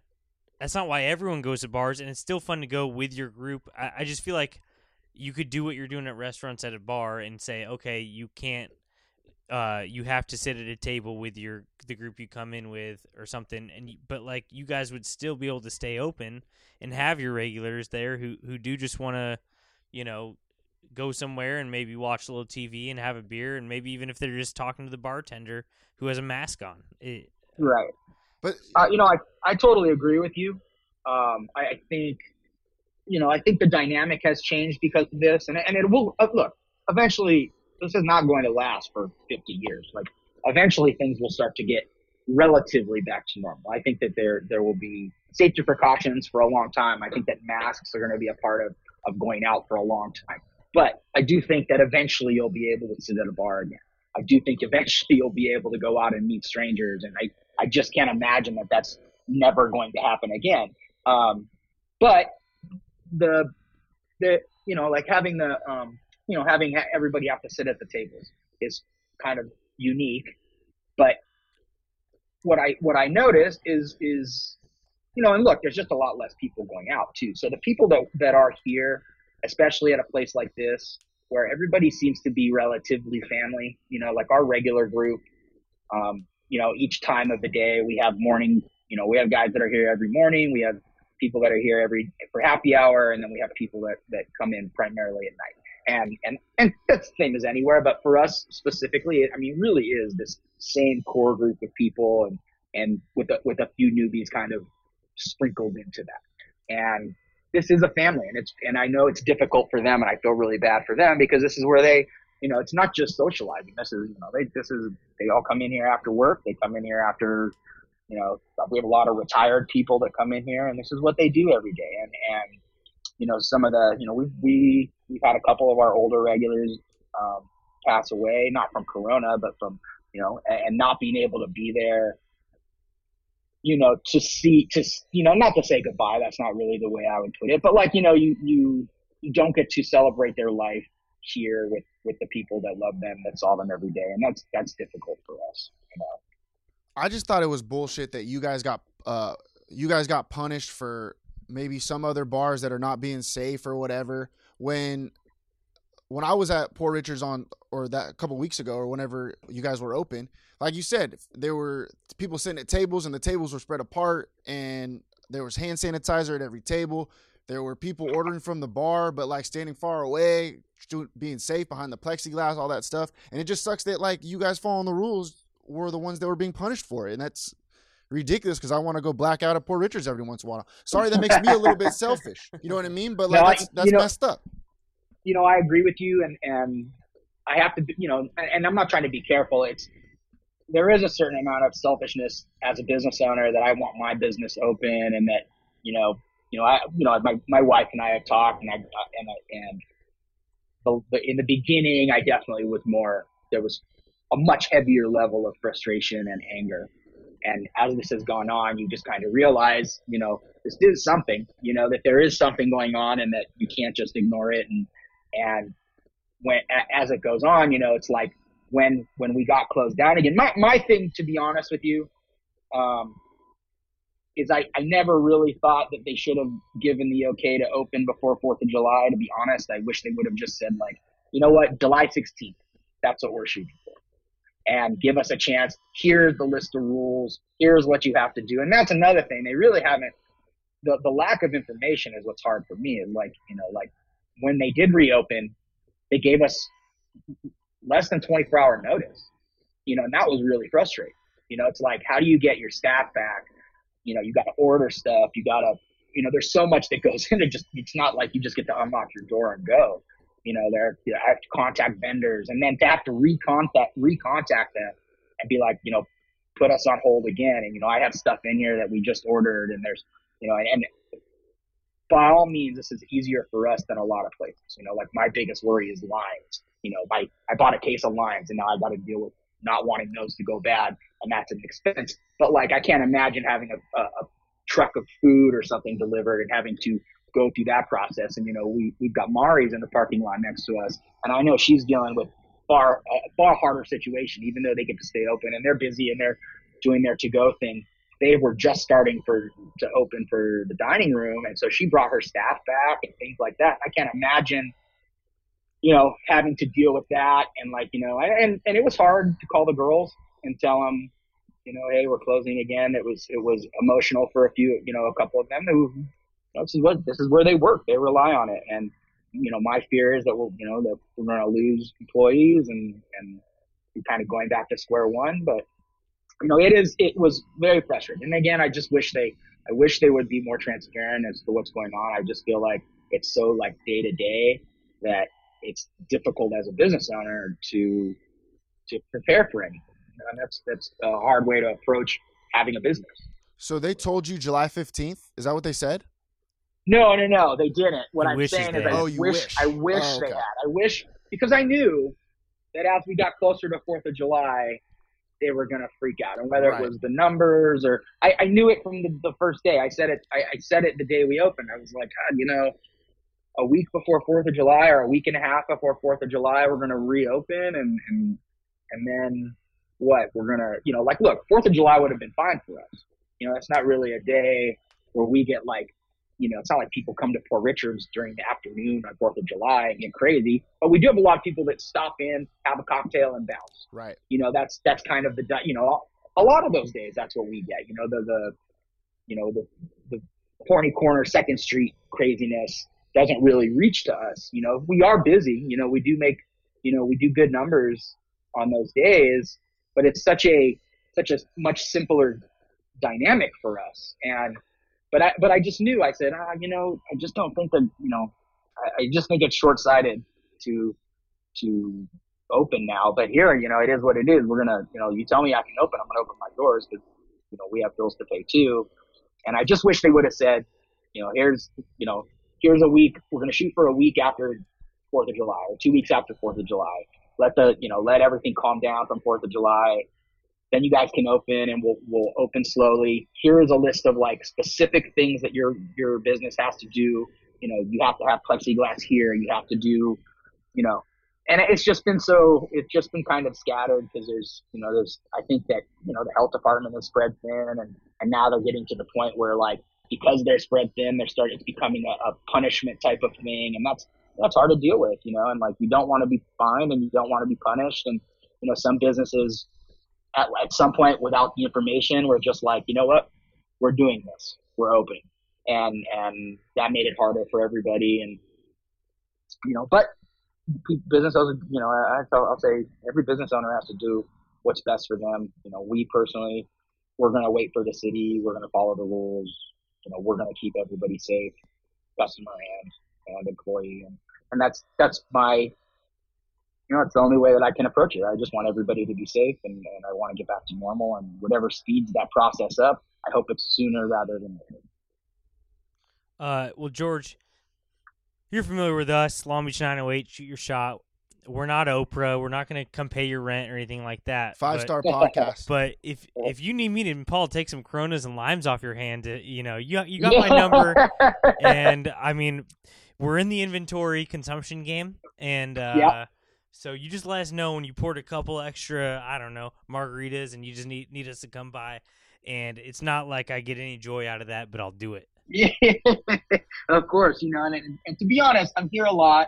that's not why everyone goes to bars, and it's still fun to go with your group. I, I just feel like you could do what you're doing at restaurants at a bar and say, okay, you can't uh, you have to sit at a table with your the group you come in with or something and you, but like you guys would still be able to stay open and have your regulars there who who do just want to you know go somewhere and maybe watch a little TV and have a beer and maybe even if they're just talking to the bartender who has a mask on it,
right.
But
uh, you know, I, I totally agree with you. Um, I, I think, you know, I think the dynamic has changed because of this, and and it will uh, look eventually. This is not going to last for fifty years. Like eventually, things will start to get relatively back to normal. I think that there there will be safety precautions for a long time. I think that masks are going to be a part of of going out for a long time. But I do think that eventually you'll be able to sit at a bar again. I do think eventually you'll be able to go out and meet strangers, and I I just can't imagine that that's never going to happen again. Um, but the the you know like having the um, you know having ha- everybody have to sit at the tables is kind of unique. But what I what I noticed is is you know and look, there's just a lot less people going out too. So the people that that are here, especially at a place like this, where everybody seems to be relatively family, you know, like our regular group. Um, you know, each time of the day we have morning, you know, we have guys that are here every morning. We have people that are here every for happy hour. And then we have people that, that come in primarily at night. And, and, and that's the same as anywhere, but for us specifically, I mean, really is this same core group of people and, and with a, with a few newbies kind of sprinkled into that. And this is a family and it's, and I know it's difficult for them and I feel really bad for them because this is where they, you know, it's not just socializing. This is, you know, they, this is, they all come in here after work. They come in here after, you know, we have a lot of retired people that come in here and this is what they do every day. And, and, you know, some of the, you know, we've, we, we've had a couple of our older regulars, um, pass away, not from Corona, but from, you know, and, and not being able to be there, you know, to see, to, s- you know, not to say goodbye. That's not really the way I would put it, but like, you know, you, you, you don't get to celebrate their life here with with the people that love them that saw them every day and that's that's difficult for us you know
I just thought it was bullshit that you guys got uh you guys got punished for maybe some other bars that are not being safe or whatever when when I was at Poor Richards on or that a couple weeks ago or whenever you guys were open like you said there were people sitting at tables and the tables were spread apart and there was hand sanitizer at every table there were people ordering from the bar but like standing far away doing- being safe behind the plexiglass all that stuff and it just sucks that like you guys following the rules were the ones that were being punished for it. And that's ridiculous because I want to go black out at Poor Richards every once in a while. Sorry, that makes me a little
[LAUGHS]
bit selfish. You know what I mean? But like
No, I-
that's that's
you know-
messed up.
you know i agree with you and and i have to be- you know and, and i'm not trying to be careful it's there is a certain amount of selfishness as a business owner that i want my business open and that you know you know i you know my, my wife and i have talked and i and i and the, the, in the beginning i definitely was more there was a much heavier level of frustration and anger And as this has gone on, you just kind of realize, you know, this is something, you know, that there is something going on and that you can't just ignore it. And, and when, a- as it goes on, you know, it's like when, when we got closed down again, my, my thing, to be honest with you, um, is I, I never really thought that they should have given the okay to open before Fourth of July. To be honest, I wish they would have just said like, you know what, July sixteenth. That's what we're shooting for, and give us a chance. Here's the list of rules. Here's what you have to do, and that's another thing they really haven't. The the lack of information is what's hard for me. Is like you know like when they did reopen, they gave us less than twenty four hour notice. You know, and that was really frustrating. You know, it's like how do you get your staff back? you know you got to order stuff you got to you know there's so much that goes [LAUGHS] into just it's not like you just get to unlock your door and go you know there you know, i have to contact vendors and then to have to recontact recontact them and be like you know put us on hold again and you know i have stuff in here that we just ordered and there's you know and, and by all means this is easier for us than a lot of places you know like my biggest worry is limes you know my i bought a case of limes and now i got to deal with not wanting those to go bad and that's an expense. But like, I can't imagine having a, a, a truck of food or something delivered and having to go through that process. And you know, we we've got Mari's in the parking lot next to us, and I know she's dealing with far a far harder situation. Even though they get to stay open and they're busy and they're doing their to go thing, they were just starting for to open for the dining room, and so she brought her staff back and things like that. I can't imagine you know, having to deal with that and like, you know, and, and it was hard to call the girls and tell them, you know, hey, we're closing again. It was, it was emotional for a few, you know, a couple of them who, this is what, this is where they work. They rely on it. And, you know, my fear is that we'll, you know, that we're going to lose employees and, and we're kind of going back to square one. But, you know, it is, it was very frustrating. And again, I just wish they, I wish they would be more transparent as to what's going on. I just feel like it's so like day to day that it's difficult as a business owner to to prepare for anything. And that's that's a hard way to approach having a business.
So they told you July 15th? Is that what they said?
No, no, no, they didn't. What
You
I'm
wish
saying
they
is, I
had.
Oh, you
wish,
wish.
I wish
Oh,
they
okay.
had. I wish because I knew that as we got closer to Fourth of July, they were gonna freak out, and whether
Right.
it was the numbers or I, I knew it from the, the first day. I said it. I, I said it the day we opened. I was like, God, you know, a week before Fourth of July or a week and a half before Fourth of July, we're gonna reopen, and and and then what? We're gonna, you know, like look, Fourth of July would have been fine for us. You know, that's not really a day where we get like you know, it's not like people come to Port Richards during the afternoon on Fourth of July and get crazy. But we do have a lot of people that stop in, have a cocktail, and bounce.
Right.
You know, that's that's kind of the di- you know a lot of those days. That's what we get. You know, the the you know the the corny corner Second Street craziness doesn't really reach to us. You know, we are busy. You know, we do make you know we do good numbers on those days, but it's such a such a much simpler dynamic for us and but I but I just knew. I said, ah, you know, I just don't think that you know, I, I just think it's short sighted to to open now. But here, you know, it is what it is. We're gonna, you know, you tell me I can open, I'm gonna open my doors because you know we have bills to pay too. And I just wish they would have said, you know, here's you know, here's a week. We're gonna shoot for a week after Fourth of July or two weeks after Fourth of July. Let the you know let everything calm down from Fourth of July then you guys can open and we'll we'll open slowly. Here is a list of like specific things that your your business has to do. You know, you have to have plexiglass here. You have to do, you know, and it's just been so it's just been kind of scattered because there's you know there's I think that you know the health department is spread thin and and now they're getting to the point where like because they're spread thin they're starting it's becoming a, a punishment type of thing and that's that's hard to deal with you know and like you don't want to be fined and you don't want to be punished and you know some businesses at, at some point without the information we're just like you know what we're doing this we're open and and that made it harder for everybody and you know but pe- business owners you know I, I- i'll say every business owner has to do what's best for them you know we personally we're going to wait for the city we're going to follow the rules you know we're going to keep everybody safe customer and and employee and, and that's that's my you know, it's the only way that I can approach it. I just want everybody to be safe and, and I want to get back to normal and whatever speeds that process up, I hope it's sooner rather than later.
Uh, well, George, you're familiar with us, Long Beach 908, shoot your shot. we're not Oprah. We're not going to come pay your rent or anything like that.
Five star
but-
[LAUGHS]
podcast.
But if if you need me to, Paul, take some Coronas and limes off your hand. To, you know, you you got my number.
[LAUGHS]
and I mean, we're in the inventory consumption game, and uh,
Yeah.
so you just let us know when you poured a couple extra, I don't know, margaritas, and you just need need us to come by. And it's not like I get any joy out of that, but I'll do it.
Yeah, [LAUGHS] of course, you know, and, and, and to be honest, I'm here a lot.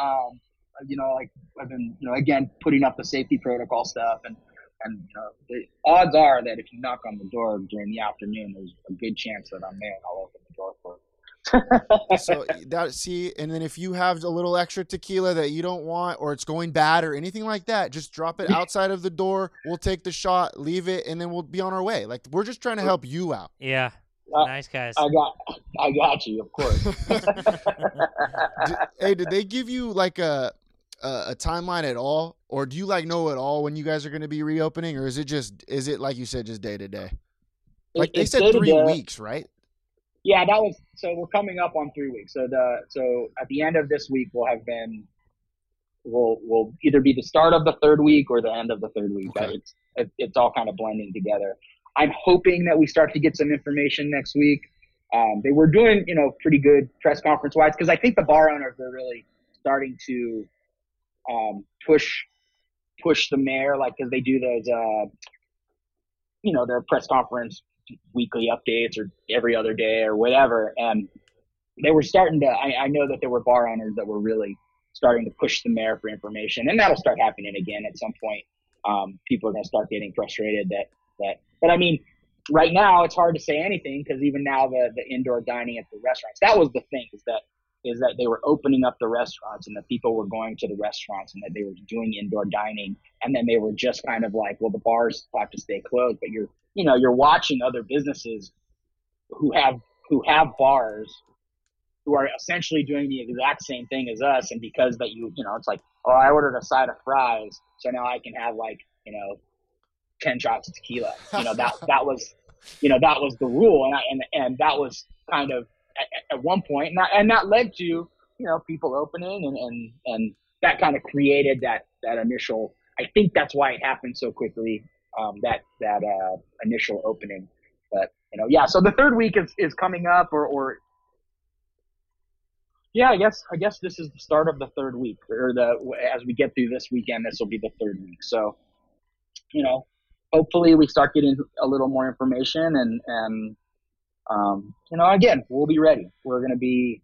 Um, you know, like I've been, you know, again putting up the safety protocol stuff, and and you know, the odds are that if you knock on the door during the afternoon, there's a good chance that I'm there and I'll open the door for you.
so that see, and then if you have a little extra tequila that you don't want, or it's going bad, or anything like that, just
[LAUGHS]
drop it outside of the door. We'll take the shot, leave it, and then we'll be on our way. Like we're just trying to help you out.
Yeah,
Uh,
nice guys.
I got, I got you, of course.
Did- hey, did they give you like a, a a timeline at all, or do you like know at all when you guys are going to be reopening, or is it just is it like you said just day to day? [LAUGHS] Like
It-
they
it's
said
day to
three
day.
weeks, right?
Yeah, that was so we're coming up on three weeks. So the so at the end of this week we'll have been we'll we'll either be the start of the third week or the end of the third week.
Okay.
It's it, it's all kind of blending together. I'm hoping that we start to get some information next week. Um, they were doing you know pretty good press conference wise because I think the bar owners are really starting to um, push push the mayor like because they do those uh, you know their press conference weekly updates or every other day or whatever. And they were starting to, I, I know that there were bar owners that were really starting to push the mayor for information. And that'll start happening again at some point. Um, people are going to start getting frustrated that, that, but I mean, right now it's hard to say anything because even now the, the indoor dining at the restaurants, that was the thing is that, is that they were opening up the restaurants and that people were going to the restaurants and that they were doing indoor dining. And then they were just kind of like, well, the bars have to stay closed, but you're you know you're watching other businesses who have who have bars who are essentially doing the exact same thing as us and because that you you know it's like oh i ordered a side of fries so now i can have like you know 10 shots of tequila you know that that was you know that was the rule and I, and and that was kind of at, at one point and that, and that led to you know people opening and and and that kind of created that that initial i think that's why it happened so quickly um, that that uh, initial opening. But you know, yeah. So the third week is, is coming up, or, or yeah, I guess I guess this is the start of the third week, or the as we get through this weekend, this will be the third week. So you know, hopefully we start getting a little more information, and and um, you know, again, we'll be ready. We're gonna be.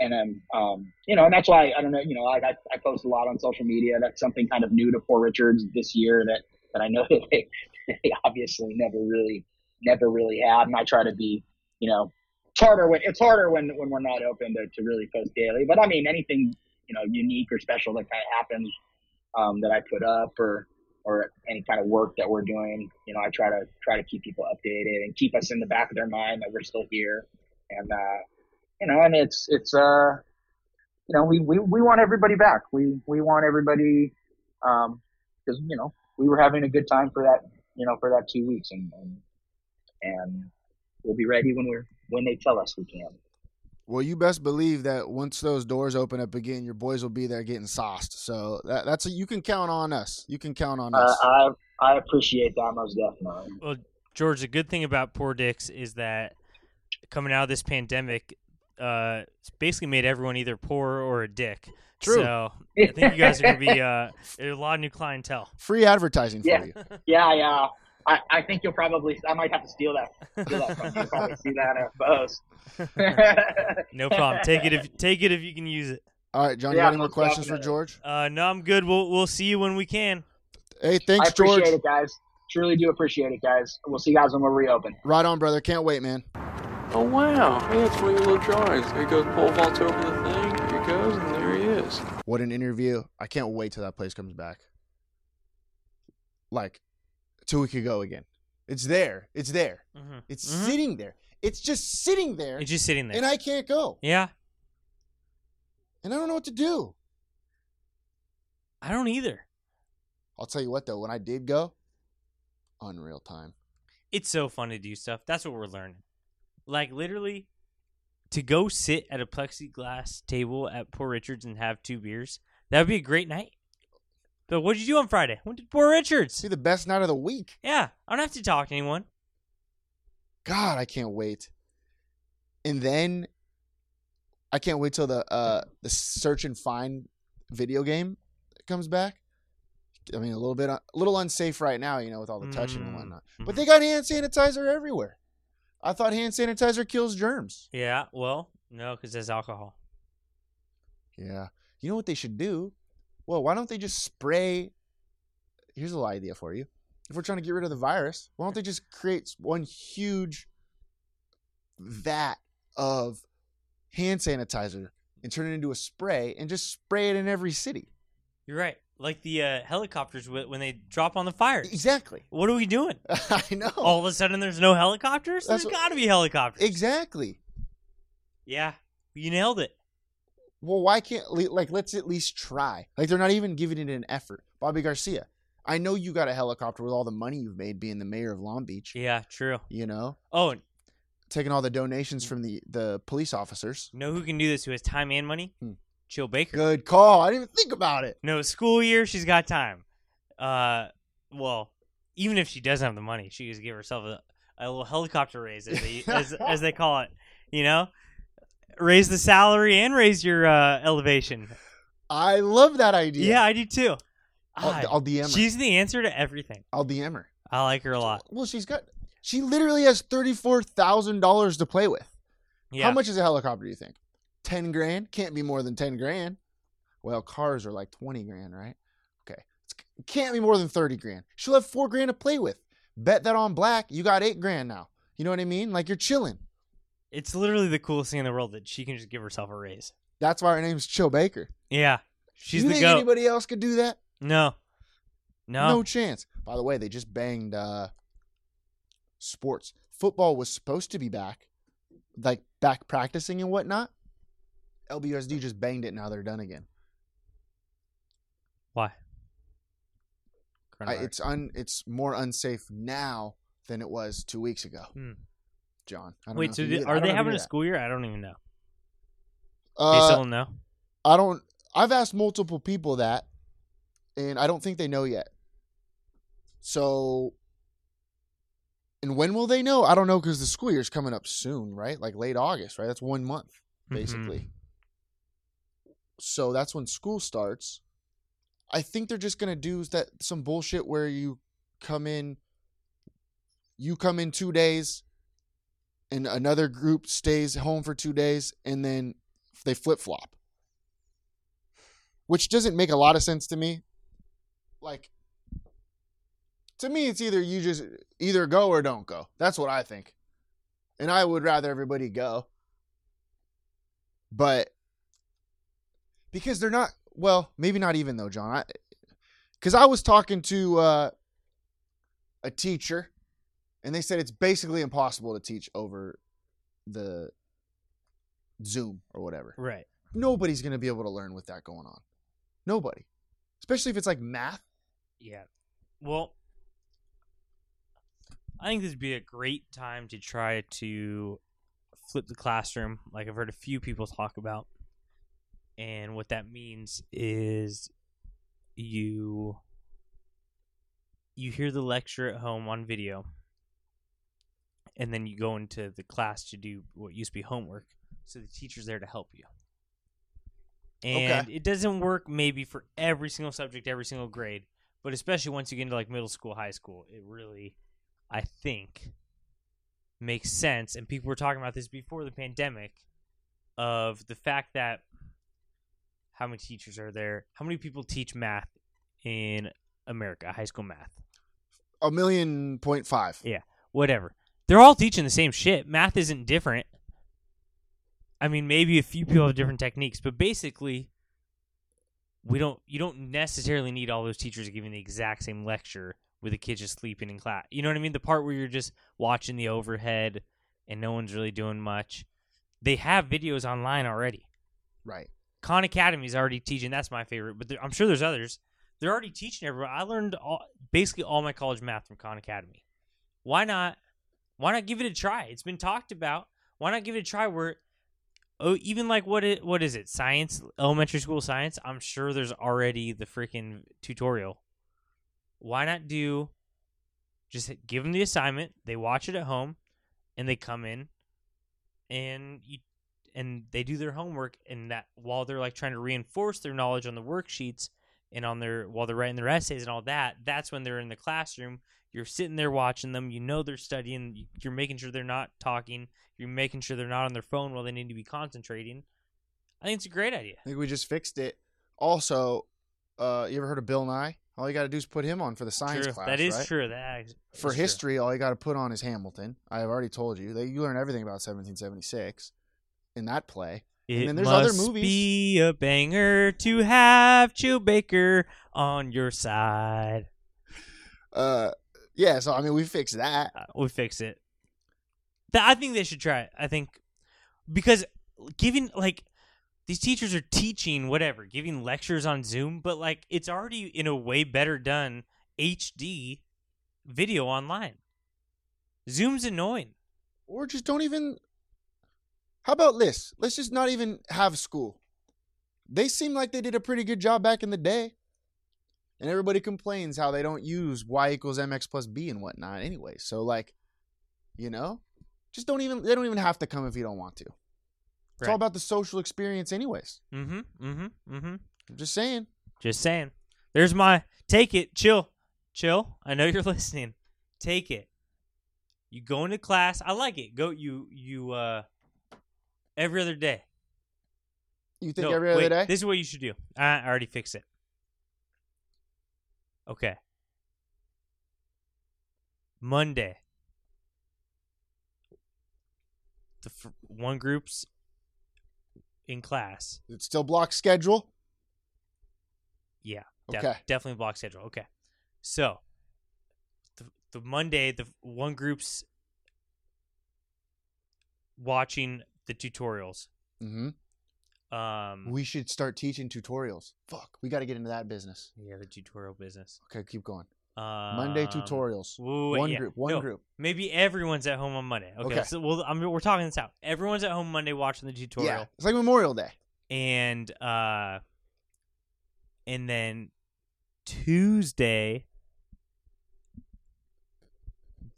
And um, um, you know, and that's why I don't know. You know, like I, I post a lot on social media. That's something kind of new to Poor Richards this year that that I know [LAUGHS] that they, they [LAUGHS] obviously never really never really had. And I try to be, you know, it's harder when it's harder when, when we're not open to, to really post daily. But I mean anything, you know, unique or special that kinda happens um, that I put up or or any kind of work that we're doing, you know, I try to try to keep people updated and keep us in the back of their mind that we're still here. And uh you know, and it's it's uh you know, we, we, we want everybody back. We we want everybody um because you know we were having a good time for that you know for that two weeks and and, and we'll be ready when we're when they tell us we can
Well, you best believe that once those doors open up again, your boys will be there getting sauced. So that, that's you can count on us. You can count on
uh,
us.
i i appreciate that most definitely
George, the good thing about Poor Dicks is that coming out of this pandemic, uh, it's basically made everyone either poor or a dick.
True.
So I think you guys are gonna be uh, a lot of new clientele.
Free advertising for
Yeah.
you.
yeah yeah I, I think you'll probably I might have to steal that steal that from you. You'll probably see that in a [LAUGHS] post
No problem. Take it if take it if you can use it.
All right, John. You
Yeah,
got any more
most
questions for
definitely.
George?
Uh, no, I'm good. We'll we'll see you when we can.
Hey,
I
thanks,
appreciate
George.
it guys truly do appreciate it guys we'll see you guys when we're reopened
Right on, brother. Can't wait, man.
Oh wow! Hey, it's one of your little drawings. There goes pole vaults over the thing. Here he goes, and there he is.
What an interview. I can't wait till that place comes back. Like till we could go again. It's there. It's there.
Mhm.
It's
Mhm.
sitting there. It's just sitting there.
It's just sitting there.
and I can't go.
yeah,
And I don't know what to do.
I don't either.
I'll tell you what though, when I did go, unreal time.
It's so fun to do stuff. That's what we're learning. Like literally, to go sit at a plexiglass table at Poor Richards and have two beers. That would be a great night. But what'd you do on Friday? Went to Poor Richards.
See the best night of the week.
Yeah, I don't have to talk to anyone.
God, I can't wait. And then I can't wait till the uh the search and find video game comes back. I mean, a little bit, a little unsafe right now, you know, with all the touching and
Mm.
whatnot. But they got hand sanitizer everywhere. I thought hand sanitizer kills germs.
Yeah, well, no, because that's alcohol.
Yeah. You know what they should do? Well, why don't they just spray? Here's a little idea for you. If we're trying to get rid of the virus, why don't they just create one huge vat of hand sanitizer and turn it into a spray and just spray it in every city?
You're right. Like the uh, helicopters wh- when they drop on the fire.
Exactly. [LAUGHS]
What are we doing?
I know.
All of a sudden, there's no helicopters.
That's
There's
what-
got to be helicopters.
Exactly.
yeah, you nailed it.
Well, why can't le- like let's at least try? Like they're not even giving it an effort. Bobby Garcia, I know you got a helicopter with all the money you've made being the mayor of Long Beach.
Yeah, true.
You know,
Oh, and
taking all the donations from the the police officers.
know who can do this? Who has time and money?
Hmm.
Jill Baker.
Good call. I didn't even think about it.
No school year. She's got time. Uh, well, even if she doesn't have the money, she could give herself a, a little helicopter raise, as
[LAUGHS]
they, as, as they call it. You know, raise the salary and raise your uh, elevation.
I love that
Yeah,
idea.
I do too. Ah,
I'll, I'll DM her.
she's the answer to everything.
I'll DM her.
I like her a lot.
Well, she's got. She literally has thirty four thousand dollars to play with.
Yeah.
How much is a helicopter? Do you think? Ten grand? Can't be more than ten grand. Well, cars are like twenty grand, right? Okay, It's- can't be more than thirty grand. She'll have four grand to play with. Bet that on black, you got eight grand now. You know what I mean? Like you're chilling.
It's literally the coolest thing in the world that she can just give herself a raise.
That's why her name's Chill Baker.
Yeah. She's
you
the
think
goat.
anybody else could do that?
no. No.
No chance. By the way, they just banged uh, sports. Football was supposed to be back, like back practicing and whatnot. LBUSD just banged it. Now they're done again.
Why?
I, it's un. It's more unsafe now than it was two weeks ago.
Hmm.
John, I don't know
Wait,
if
so
you
they-
knew- I don't
are
know
they
if you
having
knew
a
that.
school year? I don't even know. they
Uh,
still know.
I don't. I've asked multiple people that, and I don't think they know yet. So, and when will they know? I don't know because the school year's coming up soon, right? Like late August, right? That's one month
Mhm.
basically. So that's when school starts. I think they're just gonna do that some bullshit where you come in, you come in two days, and another group stays home for two days, and then they flip flop, which doesn't make a lot of sense to me. Like, to me, it's either you just either go or don't go. That's what I think, and I would rather everybody go but because they're not well maybe not even though john because I, was talking to uh, a teacher and they said it's basically impossible to teach over the zoom or whatever
Right.
nobody's going to be able to learn with that going on nobody especially if it's like math
Yeah. Well, I think this would be a great time to try to flip the classroom, like I've heard a few people talk about. And what that means is you you hear the lecture at home on video and then you go into the class to do what used to be homework so the teacher's there to help you and it doesn't work maybe for every single subject every single grade but especially once you get into like middle school, high school, it really, I think, makes sense. And people were talking about this before the pandemic, of the fact that how many teachers are there? How many people teach math in America? High school math,
a million point five
whatever. They're all teaching the same shit. Math isn't different. I mean, maybe a few people have different techniques, but basically, we don't. You don't necessarily need all those teachers giving the exact same lecture with the kids just sleeping in class. You know what I mean? The part where you're just watching the overhead and no one's really doing much. They have videos online already.
right
Khan Academy is already teaching. That's my favorite, but there, I'm sure there's others. They're already teaching everyone. I learned all, basically all my college math from Khan Academy. Why not? Why not give it a try? It's been talked about. Why not give it a try? Where oh, even like what it, what is it? Science, elementary school science. I'm sure there's already the freaking tutorial. Why not do? Just give them the assignment. They watch it at home, and they come in, and you, and they do their homework. And that while they're like trying to reinforce their knowledge on the worksheets and on their while they're writing their essays and all that, that's when they're in the classroom. You're sitting there watching them. You know they're studying. You're making sure they're not talking you're making sure they're not on their phone while they need to be concentrating. I think it's a great idea.
I think we just fixed it. Also, uh, you ever heard of Bill Nye? All you got to do is put him on for the science
true.
class.
that is
right?
true. That is
For
true.
history, all you got to put on is Hamilton. I have already told you that you learn everything about 1776 in that play.
It
then there's other
must
movies.
Be a banger to have Chewbacca on your side.
Uh, yeah. So I mean, we fixed that.
Uh, we fix it. Th- I think they should try it. I think because giving like these teachers are teaching whatever, giving lectures on Zoom, but like it's already in a way better done HD video online. Zoom's annoying.
Or just don't even. How about this? Let's just not even have school. They seem like they did a pretty good job back in the day. And everybody complains how they don't use y equals mx plus b and whatnot anyway. So like, you know, just don't even they don't even have to come if you don't want to. It's all
Right.
about the social experience, anyways.
Mm-hmm. Mm-hmm. Mm-hmm.
I'm just saying.
Just saying. There's my take it. Chill. Chill. I know you're [LAUGHS] listening. Take it. You go into class. I like it. Go you you uh every other day.
You think
No,
every other
wait,
day?
This is what you should do. I I already fixed it. Okay. Monday. The f- one group's in class.
it's still block schedule.
Yeah.
Okay.
Definitely block schedule. Okay. So the, the Monday, the one group's watching the tutorials.
hmm
Mm-hmm. Um,
We should start teaching tutorials. Fuck, we got to get into that business.
yeah, the tutorial business.
Okay, keep going.
Um,
Monday tutorials.
wait, wait,
one
yeah.
group. One
No,
group.
Maybe everyone's at home on Monday. Okay.
Okay.
So, well, I mean, we're talking this out. Everyone's at home Monday watching the
Yeah,
tutorial,
it's like Memorial Day.
and uh, and then Tuesday,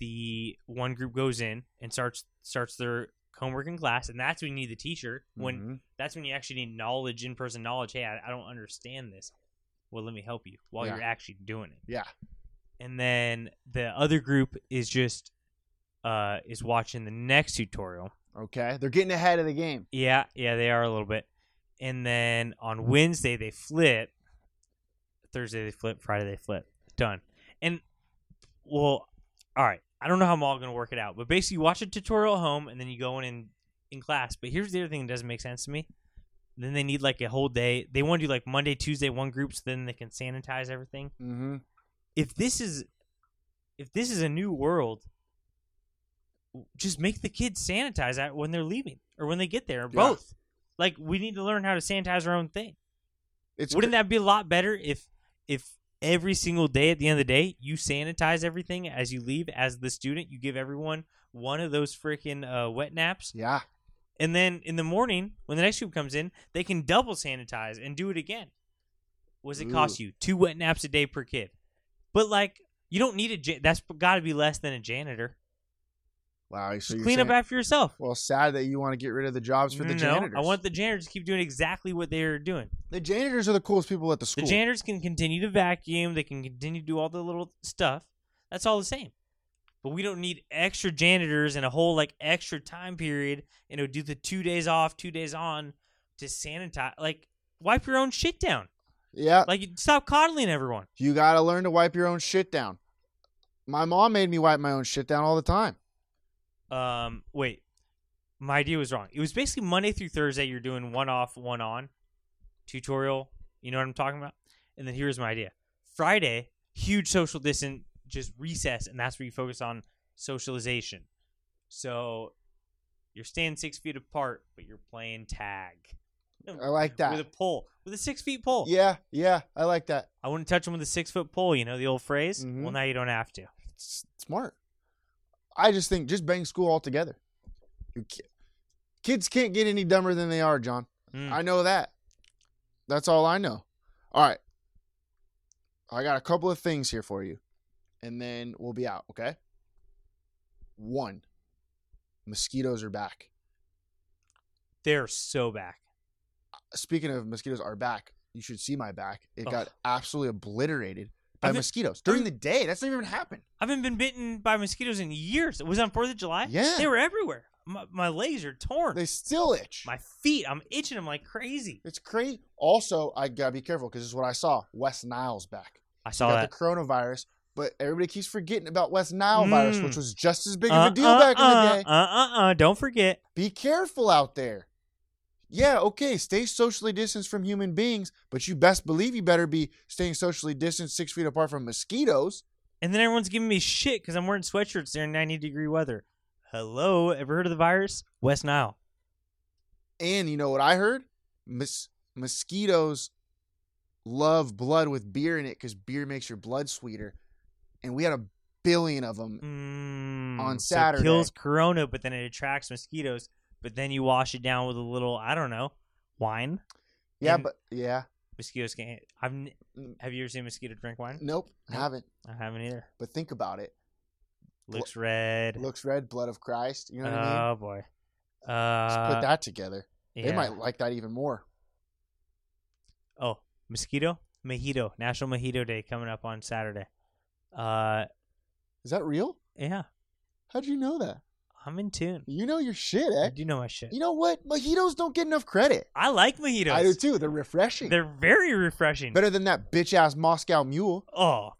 the one group goes in and starts starts their homework in class, and that's when you need the teacher. When
Mhm.
that's when you actually need knowledge, in person knowledge. Hey, I, I don't understand this. Well, let me help you while
Yeah.
you're actually doing it.
Yeah.
and then the other group is just uh is watching the next tutorial.
Okay, they're getting ahead of the game.
Yeah, yeah, they are a little bit. And then on Wednesday they flip. Thursday they flip, Friday they flip. Done. And well, all right. I don't know how I'm all going to work it out, but basically you watch a tutorial at home and then you go in in, in class. But here's the other thing that doesn't make sense to me. Then they need like a whole day. They want to do like Monday, Tuesday one group so then they can sanitize everything
Mm-hmm.
if this is if this is a new world w- just make the kids sanitize that when they're leaving or when they get there or
Yeah.
both like we need to learn how to sanitize our own thing
It's
wouldn't that be a lot better if if every single day at the end of the day you sanitize everything as you leave as the student you give everyone one of those freaking uh, wet naps
Yeah,
and then in the morning when the next group comes in they can double sanitize and do it again what does it cost you two wet naps a day per kid but like you don't need a ja- that's got to be less than a janitor
wow. So
just
you're
clean up
saying-
after yourself
Well, sad that you want to get rid of the jobs for the
no,
janitors.
i want the janitors to keep doing exactly what they're doing
the janitors are the coolest people at the school.
the janitors can continue to vacuum they can continue to do all the little stuff that's all the same but we don't need extra janitors and a whole like extra time period you know do the two days off two days on to sanitize like wipe your own shit down
yeah,
Like, you- stop coddling everyone.
you gotta learn to wipe your own shit down. My mom made me wipe my own shit down all the time.
Um, wait, my idea was wrong. It was basically Monday through Thursday. You're doing one off, one on tutorial. You know what I'm talking about? And then here's my idea: Friday, huge social distance, just recess, and that's where you focus on socialization. So you're staying six feet apart, but you're playing tag
I like that.
with a pole, with a six feet pole.
Yeah, yeah, I like that.
I wouldn't touch them with a six foot pole. You know the old phrase.
Mhm.
Well, now you don't have to.
s- smart. I just think just bang school altogether. You ca- Kids can't get any dumber than they are, John.
Mm.
I know that. That's all I know. All right. I got a couple of things here for you, and then we'll be out, okay? One, mosquitoes are back.
They're so back.
Speaking of mosquitoes are back, you should see my back. It got
Ugh.
absolutely obliterated by
I've been-
mosquitoes during the day. That's not even happened.
I haven't been bitten by mosquitoes in years. It was on Fourth of July.
Yeah.
they were everywhere. My, my legs are torn.
They still itch.
my feet, I'm itching. I'm like crazy.
It's crazy. Also, I gotta be careful because this is what I saw. West Nile's back.
I
He
saw
got
that.
the coronavirus, but everybody keeps forgetting about West Nile virus,
Mm.
which was just as big
uh,
of a deal
uh,
back
uh,
in the day.
Uh, uh, uh, don't forget.
Be careful out there. Yeah, okay, stay socially distanced from human beings, but you best believe you better be staying socially distanced six feet apart from mosquitoes.
And then everyone's giving me shit because I'm wearing sweatshirts. They're in 90 degree weather. Hello, ever heard of the virus? West Nile.
And you know what I heard? Mos- mosquitoes love blood with beer in it because beer makes your blood sweeter. And we had a billion of them
Mm,
On
so
Saturday.
it kills corona, but then it attracts mosquitoes. But then you wash it down with a little, I don't know, wine.
Yeah,
And-
but yeah,
Mosquitoes can't. I've. n- Have you ever seen a mosquito drink wine?
nope,
Nope.
haven't.
I haven't either.
But think about it.
Looks red.
Looks red, blood of Christ. You know what I mean?
oh boy.
Just
Uh,
put that together. They
yeah.
might like that even more.
Oh, mosquito mojito. National Mojito Day coming up on Saturday. Uh,
Is that real?
yeah,
How'd you know that?
I'm in tune.
You know your shit,
I
eh?
do know my shit.
You know what? Mojitos don't get enough credit.
I like mojitos.
I do too. They're refreshing.
They're very refreshing.
better than that bitch ass Moscow Mule.
oh.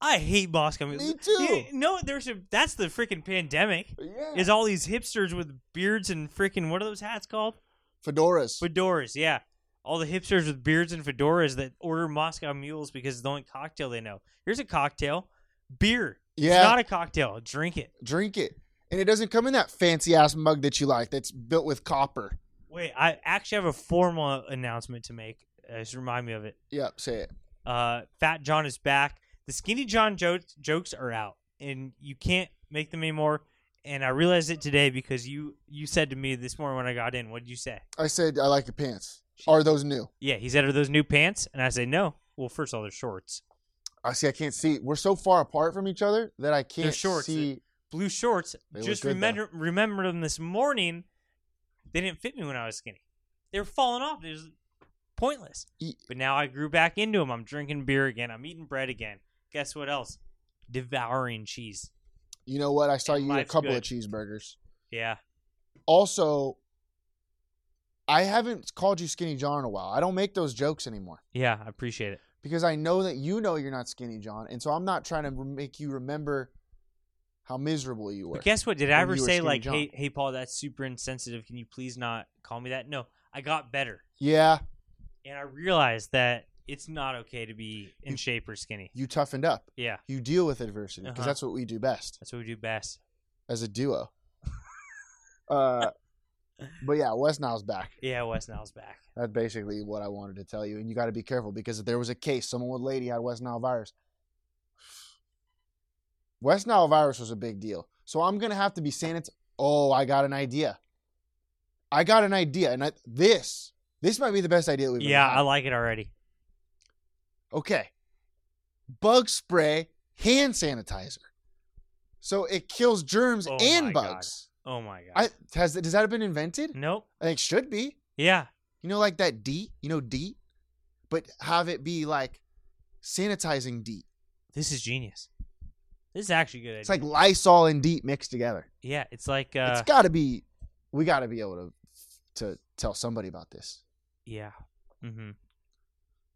I hate Moscow.
Me too.
You- no, there's a that's the freaking pandemic.
Yeah.
Is all these hipsters with beards and freaking what are those hats called?
Fedoras.
Fedoras, yeah. All the hipsters with beards and fedoras that order Moscow mules because it's the only cocktail they know. Here's a cocktail. Beer.
Yeah.
It's not a cocktail. Drink it.
Drink it. And it doesn't come in that fancy ass mug that you like that's built with copper.
Wait, I actually have a formal announcement to make. Uh, just remind me of it.
Yep, say it.
Uh, Fat John is back. The Skinny John jokes, jokes are out, and you can't make them anymore. And I realized it today because you you said to me this morning when I got in, what did you say?
I said, I like your pants. Are those new?
Yeah, he said, are those new pants? And I said, no. Well, first of all, they're shorts.
I see. I can't see. We're so far apart from each other that I can't
shorts.
see.
blue shorts.
They look
just
good, though.
remember remember them this morning. They didn't fit me when I was skinny. They were falling off. It was pointless.
Ye-
But now I grew back into them. I'm drinking beer again. I'm eating bread again. Guess what else? Devouring cheese.
You know what? I saw
And
you eat a
life's
couple
good.
of cheeseburgers.
Yeah.
Also, I haven't called you Skinny John in a while. I don't make those jokes anymore
Yeah, I appreciate it.
because I know that you know you're not Skinny John, and so I'm not trying to make you remember how miserable you were.
But guess what? Did
When
I ever
you were
say
Skinny
like,
John.
"Hey, hey, Paul, that's super insensitive. Can you please not call me that?" No, I got better,
yeah,
and I realized that it's not okay to be in shape or skinny.
you toughened up.
Yeah,
You deal with adversity because
Uh-huh.
that's what we do best
that's what we do best.
as a duo. [LAUGHS] uh, but yeah, West Nile's back.
Yeah, Wes Nile's back.
That's basically what I wanted to tell you. And you got to be careful because if there was a case, someone with lady had West Nile virus. West Nile virus was a big deal. So I'm going to have to be sanitized. Oh, I got an idea. I got an idea. And I, this, this might be the best idea that we've ever
Yeah,
had.
I like it already.
Okay. Bug spray hand sanitizer. So it kills germs
Oh my
and
God. Mm.
bugs.
Oh my god.
I, has, does that have been invented?
nope.
I think it should be.
Yeah.
You know, like that DEET, you know, DEET, but have it be like sanitizing DEET.
This is genius. This is actually a good.
It's
idea.
like Lysol and DEET mixed together.
yeah, it's like uh
it's got to be, we got to be able to to tell somebody about this.
yeah. Mhm.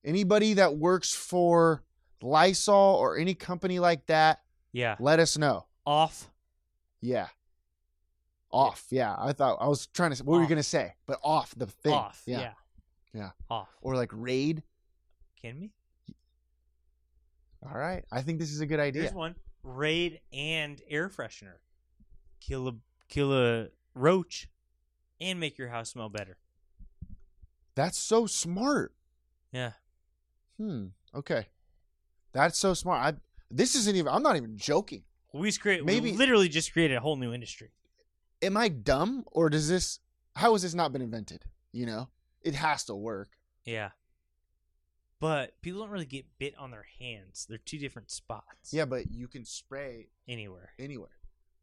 Anybody that works for Lysol or any company like that,
Yeah.
let us know.
Off.
Yeah. Off. Yeah. I thought, I was trying to say, what were you
Off.
going to say? But off the thing.
Off. Yeah.
Yeah.
Off.
Or like raid.
Kidding me?
All right. I think this is a good idea.
Here's one. Raid and air freshener. Kill a kill a roach and make your house smell better.
That's so smart.
Yeah.
Hmm. Okay. That's so smart. I this isn't even. I'm not even joking.
We just create
Maybe-
we literally just created a whole new industry.
am I dumb or does this how has this not been invented? You know, it has to work.
Yeah. But people don't really get bit on their hands. They're two different spots.
Yeah, but you can spray
Anywhere.
anywhere.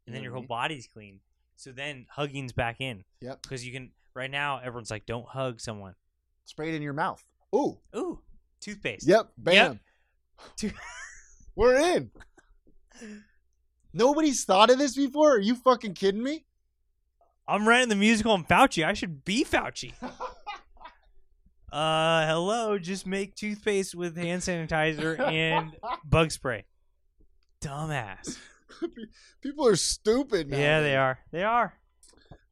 And then
You
your
know
whole body's clean. So then hugging's back in.
Mm-hmm. Yep.
Because you can right now everyone's like, don't hug someone.
Spray it in your mouth. Ooh.
Ooh. Toothpaste.
Yep. [LAUGHS] Bam.
Two-
We're in. Nobody's thought of this before. Are you fucking kidding me? [LAUGHS]
I'm writing the musical on Fauci. I should
[LAUGHS]
be Fauci. uh hello, just make toothpaste with hand
[LAUGHS]
sanitizer and bug spray. Dumbass.
People are stupid. Now.
Yeah, they are. They are.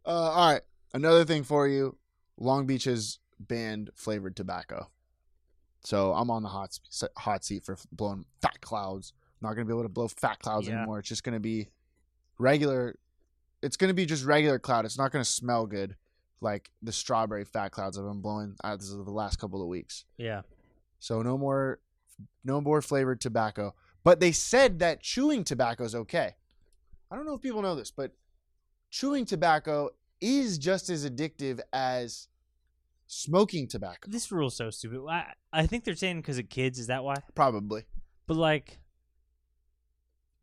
Uh, all right. Another thing for you Long Beach has banned flavored tobacco. So I'm on the hot, s- hot seat for blowing fat clouds. not going to be able to blow fat clouds
Yeah.
anymore. It's just going to be regular. It's going to be just regular cloud. It's not going to smell good like the strawberry fat clouds I've been blowing as of the last couple of weeks.
Yeah.
So no more, no more flavored tobacco. But they said that chewing tobacco is okay. I don't know if people know this, but chewing tobacco is just as addictive as smoking tobacco.
This rule's so stupid. I, I think they're saying because of kids. Is that why?
Probably.
But like,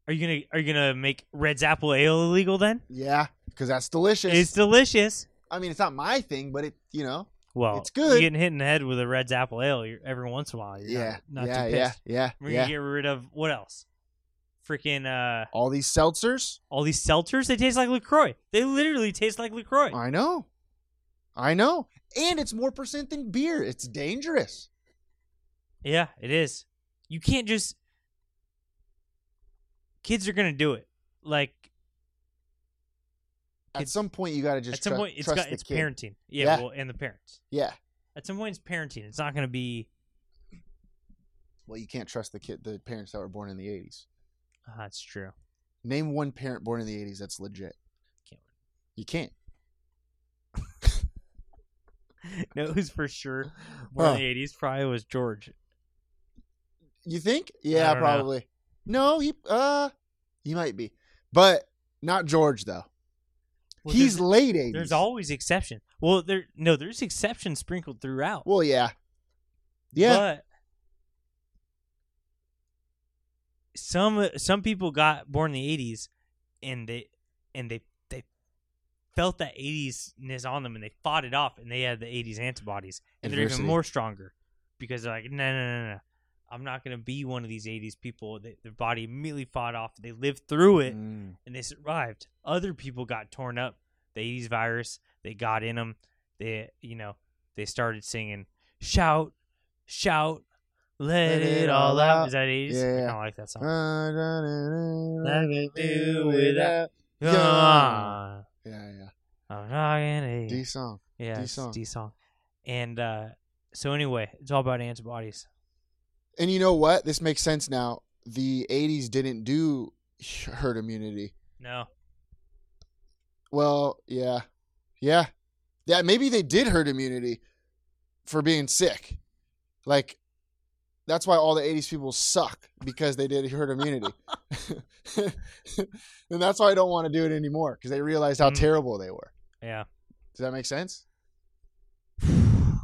are you gonna are you gonna make Red's Apple Ale illegal then?
Yeah, because that's delicious.
it's delicious.
I mean, it's not my thing, but it, you know,
Well,
It's good.
You're getting hit in the head with a Red's Apple Ale you're, every once in a while. You're
yeah,
not, not
yeah,
too
yeah,
pissed.
yeah,
We're
yeah.
gonna get rid of what else? Freaking uh,
All these seltzers.
all these seltzers. They taste like Lacroix. They literally taste like Lacroix.
I know, I know, and it's more percent than beer. It's dangerous.
Yeah, it is. You can't just. Kids are gonna do it. Like
At
Kids-
some point, you got to just
at some
tru-
point, it's
trust
got
the
it's
kid.
parenting.
Yeah.
yeah, well, and the parents.
Yeah.
at some point it's parenting. It's not going to be.
Well, you can't trust the kid, the parents that were born in the '80s.
Ah, that's true.
Name one parent born in the '80s that's legit.
Can't.
You can't.
[LAUGHS] No, who's for sure born
Oh.
in the eighties? Probably was George.
You think? Yeah,
don't know.
probably. No, he uh, he might be, but not George though.
Well,
He's
there's,
late '80s.
there's always exceptions. Well, there no, there's exceptions sprinkled throughout.
Well, yeah, yeah.
But some some people got born in the eighties, and they and they they felt that eightiesness on them, and they fought it off, and they had the eighties antibodies, and they're
Adversity.
even more stronger because they're like, no, no, no, no, I'm not gonna be one of these eighties people. They, their body immediately fought off. They lived through it,
Mm.
and they survived. Other people got torn up. The '80s virus, they got in them. They, you know, they started singing, "Shout, shout, let, it, all out." Is that '80s?
Yeah,
I
yeah.
kind of like that song.
Ah, da, da, da,
Let
da,
me
da,
do
da,
without-
yeah.
Come on,
Yeah, yeah.
I'm talking to
D
you.
song.
Yeah, it's
D-song.
D song. And uh, so anyway, it's all about antibodies.
And you know what? This makes sense now. The '80s didn't do herd immunity.
No,
Well, yeah. Yeah. Yeah, maybe they did herd immunity for being sick. Like that's why all the 80s people suck because they did herd
[LAUGHS]
immunity. [LAUGHS] and that's why I don't want to do it anymore because they realized how
Mm.
terrible they were.
yeah.
Does that make sense?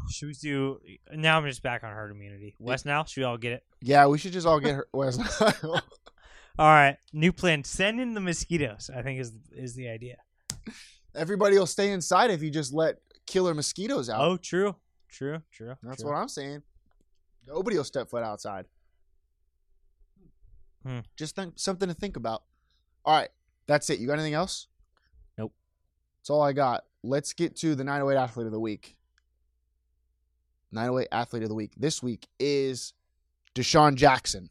Should we do? Now I'm just back on herd immunity. West now, should we all get it?
Yeah, we should just all get her. [LAUGHS]
[LAUGHS]
Wes-
All right, new plan. Send in the mosquitoes. I think is is the idea.
Everybody will stay inside if you just let killer mosquitoes out.
Oh, true, true, true.
that's
true.
what I'm saying. Nobody will step foot outside.
Hmm.
Just think, something to think about. All right, that's it. You got anything else?
Nope.
That's all I got. Let's get to the 908 athlete of the week. 908 athlete of the week this week is Deshaun Jackson.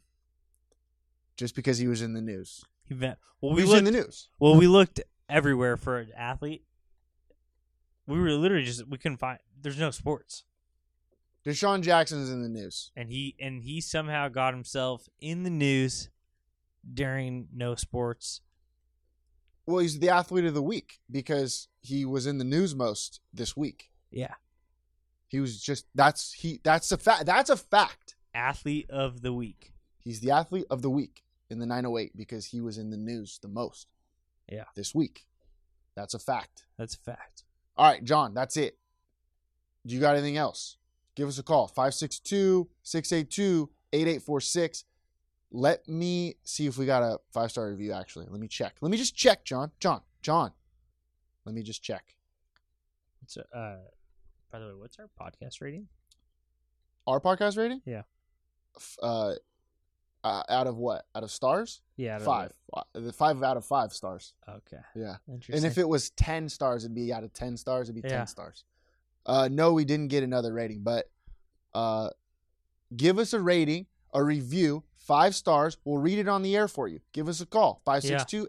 Just because he was in the news,
He ve- Well,
he
we
was in
looked.
the news.
well, we looked everywhere for an athlete. We were literally just we couldn't find. There's no sports,
Deshaun Jackson is in the news.
and he and he somehow got himself in the news during no sports.
Well, he's the athlete of the week because he was in the news most this week.
Yeah,
He was just that's he that's a fact. That's a fact.
athlete of the week.
He's the athlete of oh the week in the 908 because he was in the news the most.
Yeah.
This week. That's a fact.
That's a fact.
All right, John, that's it. Do you got anything else? Give us a call 562 682 8846. Let me see if we got a five star review, actually. Let me check. Let me just check, John. John, John. Let me just check.
It's, uh, by the way, what's our podcast rating?
Our podcast rating?
Yeah.
F- Uh, uh, out of what? Out of stars?
Yeah, I don't know.
Five. Uh, the Five out of five stars.
Okay,
Yeah. And
interesting.
if it was 10 stars, it'd be out of 10 stars, it'd be
Yeah.
10 stars. Uh, no, we didn't get another rating, but uh, give us a rating, a review, five stars. We'll read it on the air for you. Give us a call, 562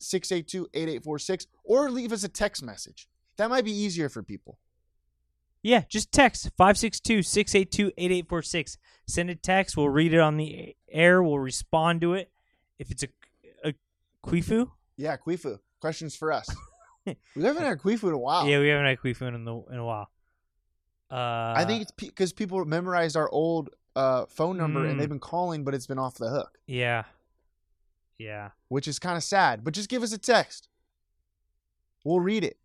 682 8846, or leave us a text message. That might be easier for people.
yeah, just text 562-682-8846. Send a text. We'll read it on the air. We'll respond to it. If it's a a quifu,
Yeah, Kwifu, questions for
[LAUGHS]
us. we haven't had Kwifu in a while.
yeah, we haven't had quifu in the in a while. Uh,
I think it's because people memorized our old uh, phone number
Mm.
and they've been calling, but it's been off the hook.
yeah, yeah.
which is kind of sad. But just give us a text. We'll read it.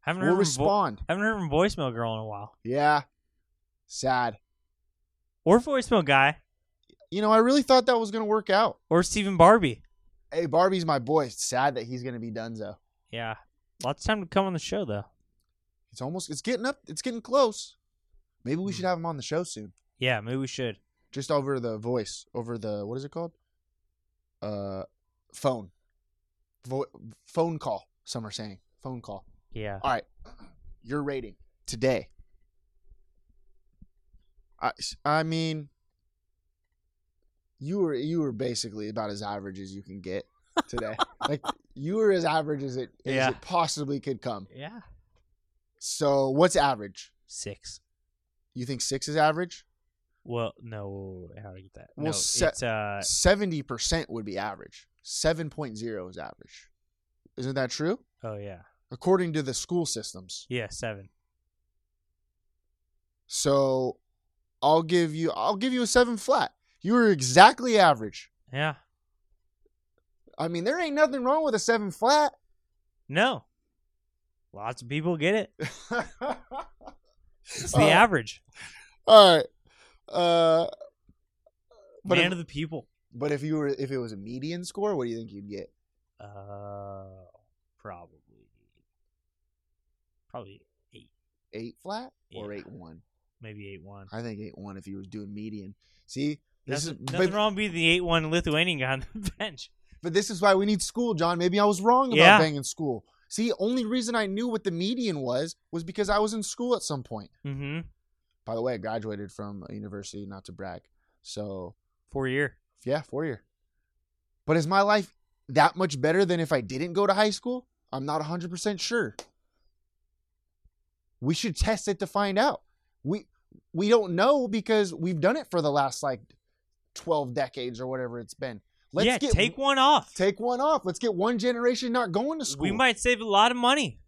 Haven't
we'll
heard from vo-
respond.
haven't heard from voicemail girl in a while
yeah. Sad.
or voicemail guy
You know, I really thought that was going to work out.
or Stephen Barbie.
Hey, Barbie's my boy. It's sad that he's going to be Dunzo.
Yeah, lots of time to come on the show though.
It's almost it's getting up. It's getting close. Maybe we should have him on the show soon.
Yeah, maybe we should.
Just over the voice, over the what is it called? Uh phone. Vo- phone call, some are saying. Phone call.
Yeah.
All right, your rating today. I I mean, you were you were basically about as average as you can get today. like you were as average as it as
Yeah.
it possibly could come.
Yeah.
So what's average?
Six.
You think six is average?
Well, no. How do I get that?
Well,
no,
se-
it's uh,
Seventy percent would be average. Seven point zero is average. Isn't that true?
oh yeah,
According to the school systems.
yeah, seven.
So I'll give you I'll give you a seven flat. You were exactly average.
Yeah.
I mean, there ain't nothing wrong with a seven flat. [LAUGHS]
No. Lots of people get it. It's the
Uh,
average.
All right. Uh, but
Man
if,
of the people.
but if you were if it was a median score, what do you think you'd get?
Uh, probably. Probably eight,
Eight flat or
Yeah.
eight one?
maybe eight one.
I think eight one if you were doing median. See, this
nothing,
is
nothing
but,
wrong with being the eight one Lithuanian guy on the [LAUGHS] bench.
but this is why we need school, John. Maybe I was wrong about
Yeah.
banging school. See, only reason I knew what the median was was because I was in school at some point.
Mm-hmm.
By the way, I graduated from a university, not to brag. So
Four year.
Yeah, four year. But is my life that much better than if I didn't go to high school? I'm not 100% sure. We should test it to find out. We we don't know because we've done it for the last like 12 decades or whatever it's been. Let's
yeah,
get
take one off.
take one off. Let's get one generation not going to school.
We might save a lot of money.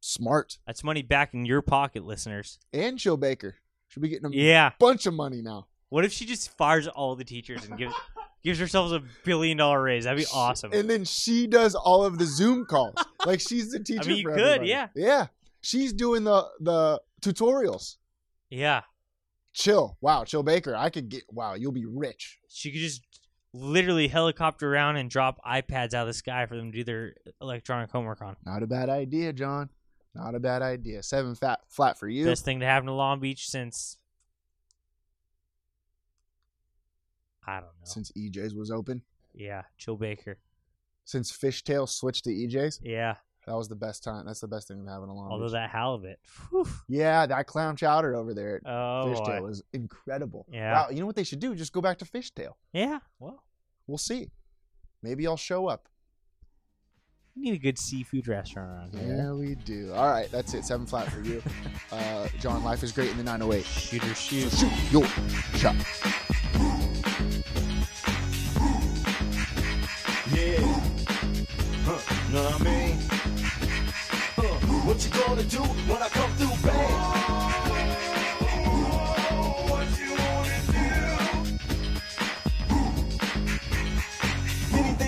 smart
That's money back in your pocket, listeners.
and Chill Baker should be getting a
Yeah.
bunch of money now.
What if she just fires all the teachers
[LAUGHS]
and gives gives herself a billion dollar raise? That'd be awesome.
And then she does all of the Zoom
[LAUGHS]
calls. like she's the teacher.
mean, you
for
could,
everybody.
yeah.
Yeah. She's doing the the tutorials.
yeah,
Chill. Wow, Chill Baker. I could get wow, you'll be rich.
she could just literally helicopter around and drop iPads out of the sky for them to do their electronic homework on.
Not a bad idea, John. Not a bad idea. Seven fat flat for you.
Best thing to happen to Long Beach since I don't know.
Since EJ's was open.
yeah, Chill Baker.
Since Fishtail switched to EJ's.
Yeah,
That was the best time. That's the best thing that happened in Long
although
Beach.
that halibut. Whew.
yeah, that clown chowder over there at
Oh
Fishtail
boy.
was incredible.
Yeah.
Wow, you know what they should do? Just go back to Fishtail.
Yeah. Well,
We'll see. Maybe I'll show up.
we need a good seafood restaurant around here.
Yeah, we do. All right, that's it. Seven flat for you. Uh, John, life is great in the 908.
Shooter shoot.
Shoot your shot.
Yeah. Huh. Know what I mean? Huh. What you gonna do when I come through, babe? What you wanna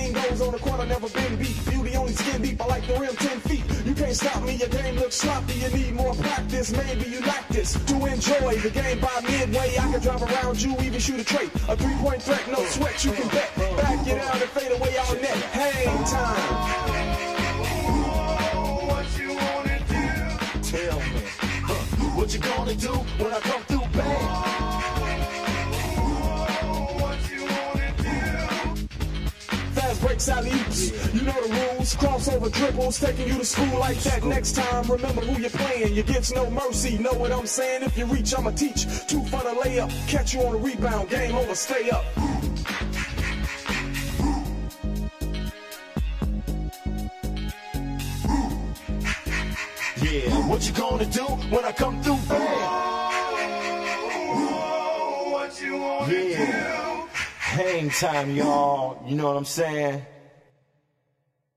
do? Anything goes Hands on the court, I never been beat. You the only skin deep, I like the rim 10 feet. You can't stop me, your game looks sloppy. You need more practice, maybe you like this. To enjoy the game by midway, I can drive around you, even shoot a trait. A three point threat, no sweat, you can bet. Back it out and fade away all net. Hang time. Tell me, huh, what you gonna do when I come through bang? Fast breaks out oops. You know the rules. Crossover dribbles, taking you to school like that. Next time, remember who you're playing. You get no mercy. Know what I'm saying? If you reach, I'ma teach. Two for the layup. Catch you on the rebound. Game over. Stay up. Yeah, what you gonna do when I come through? what you wanna do? Hang time, y'all. You know what I'm saying?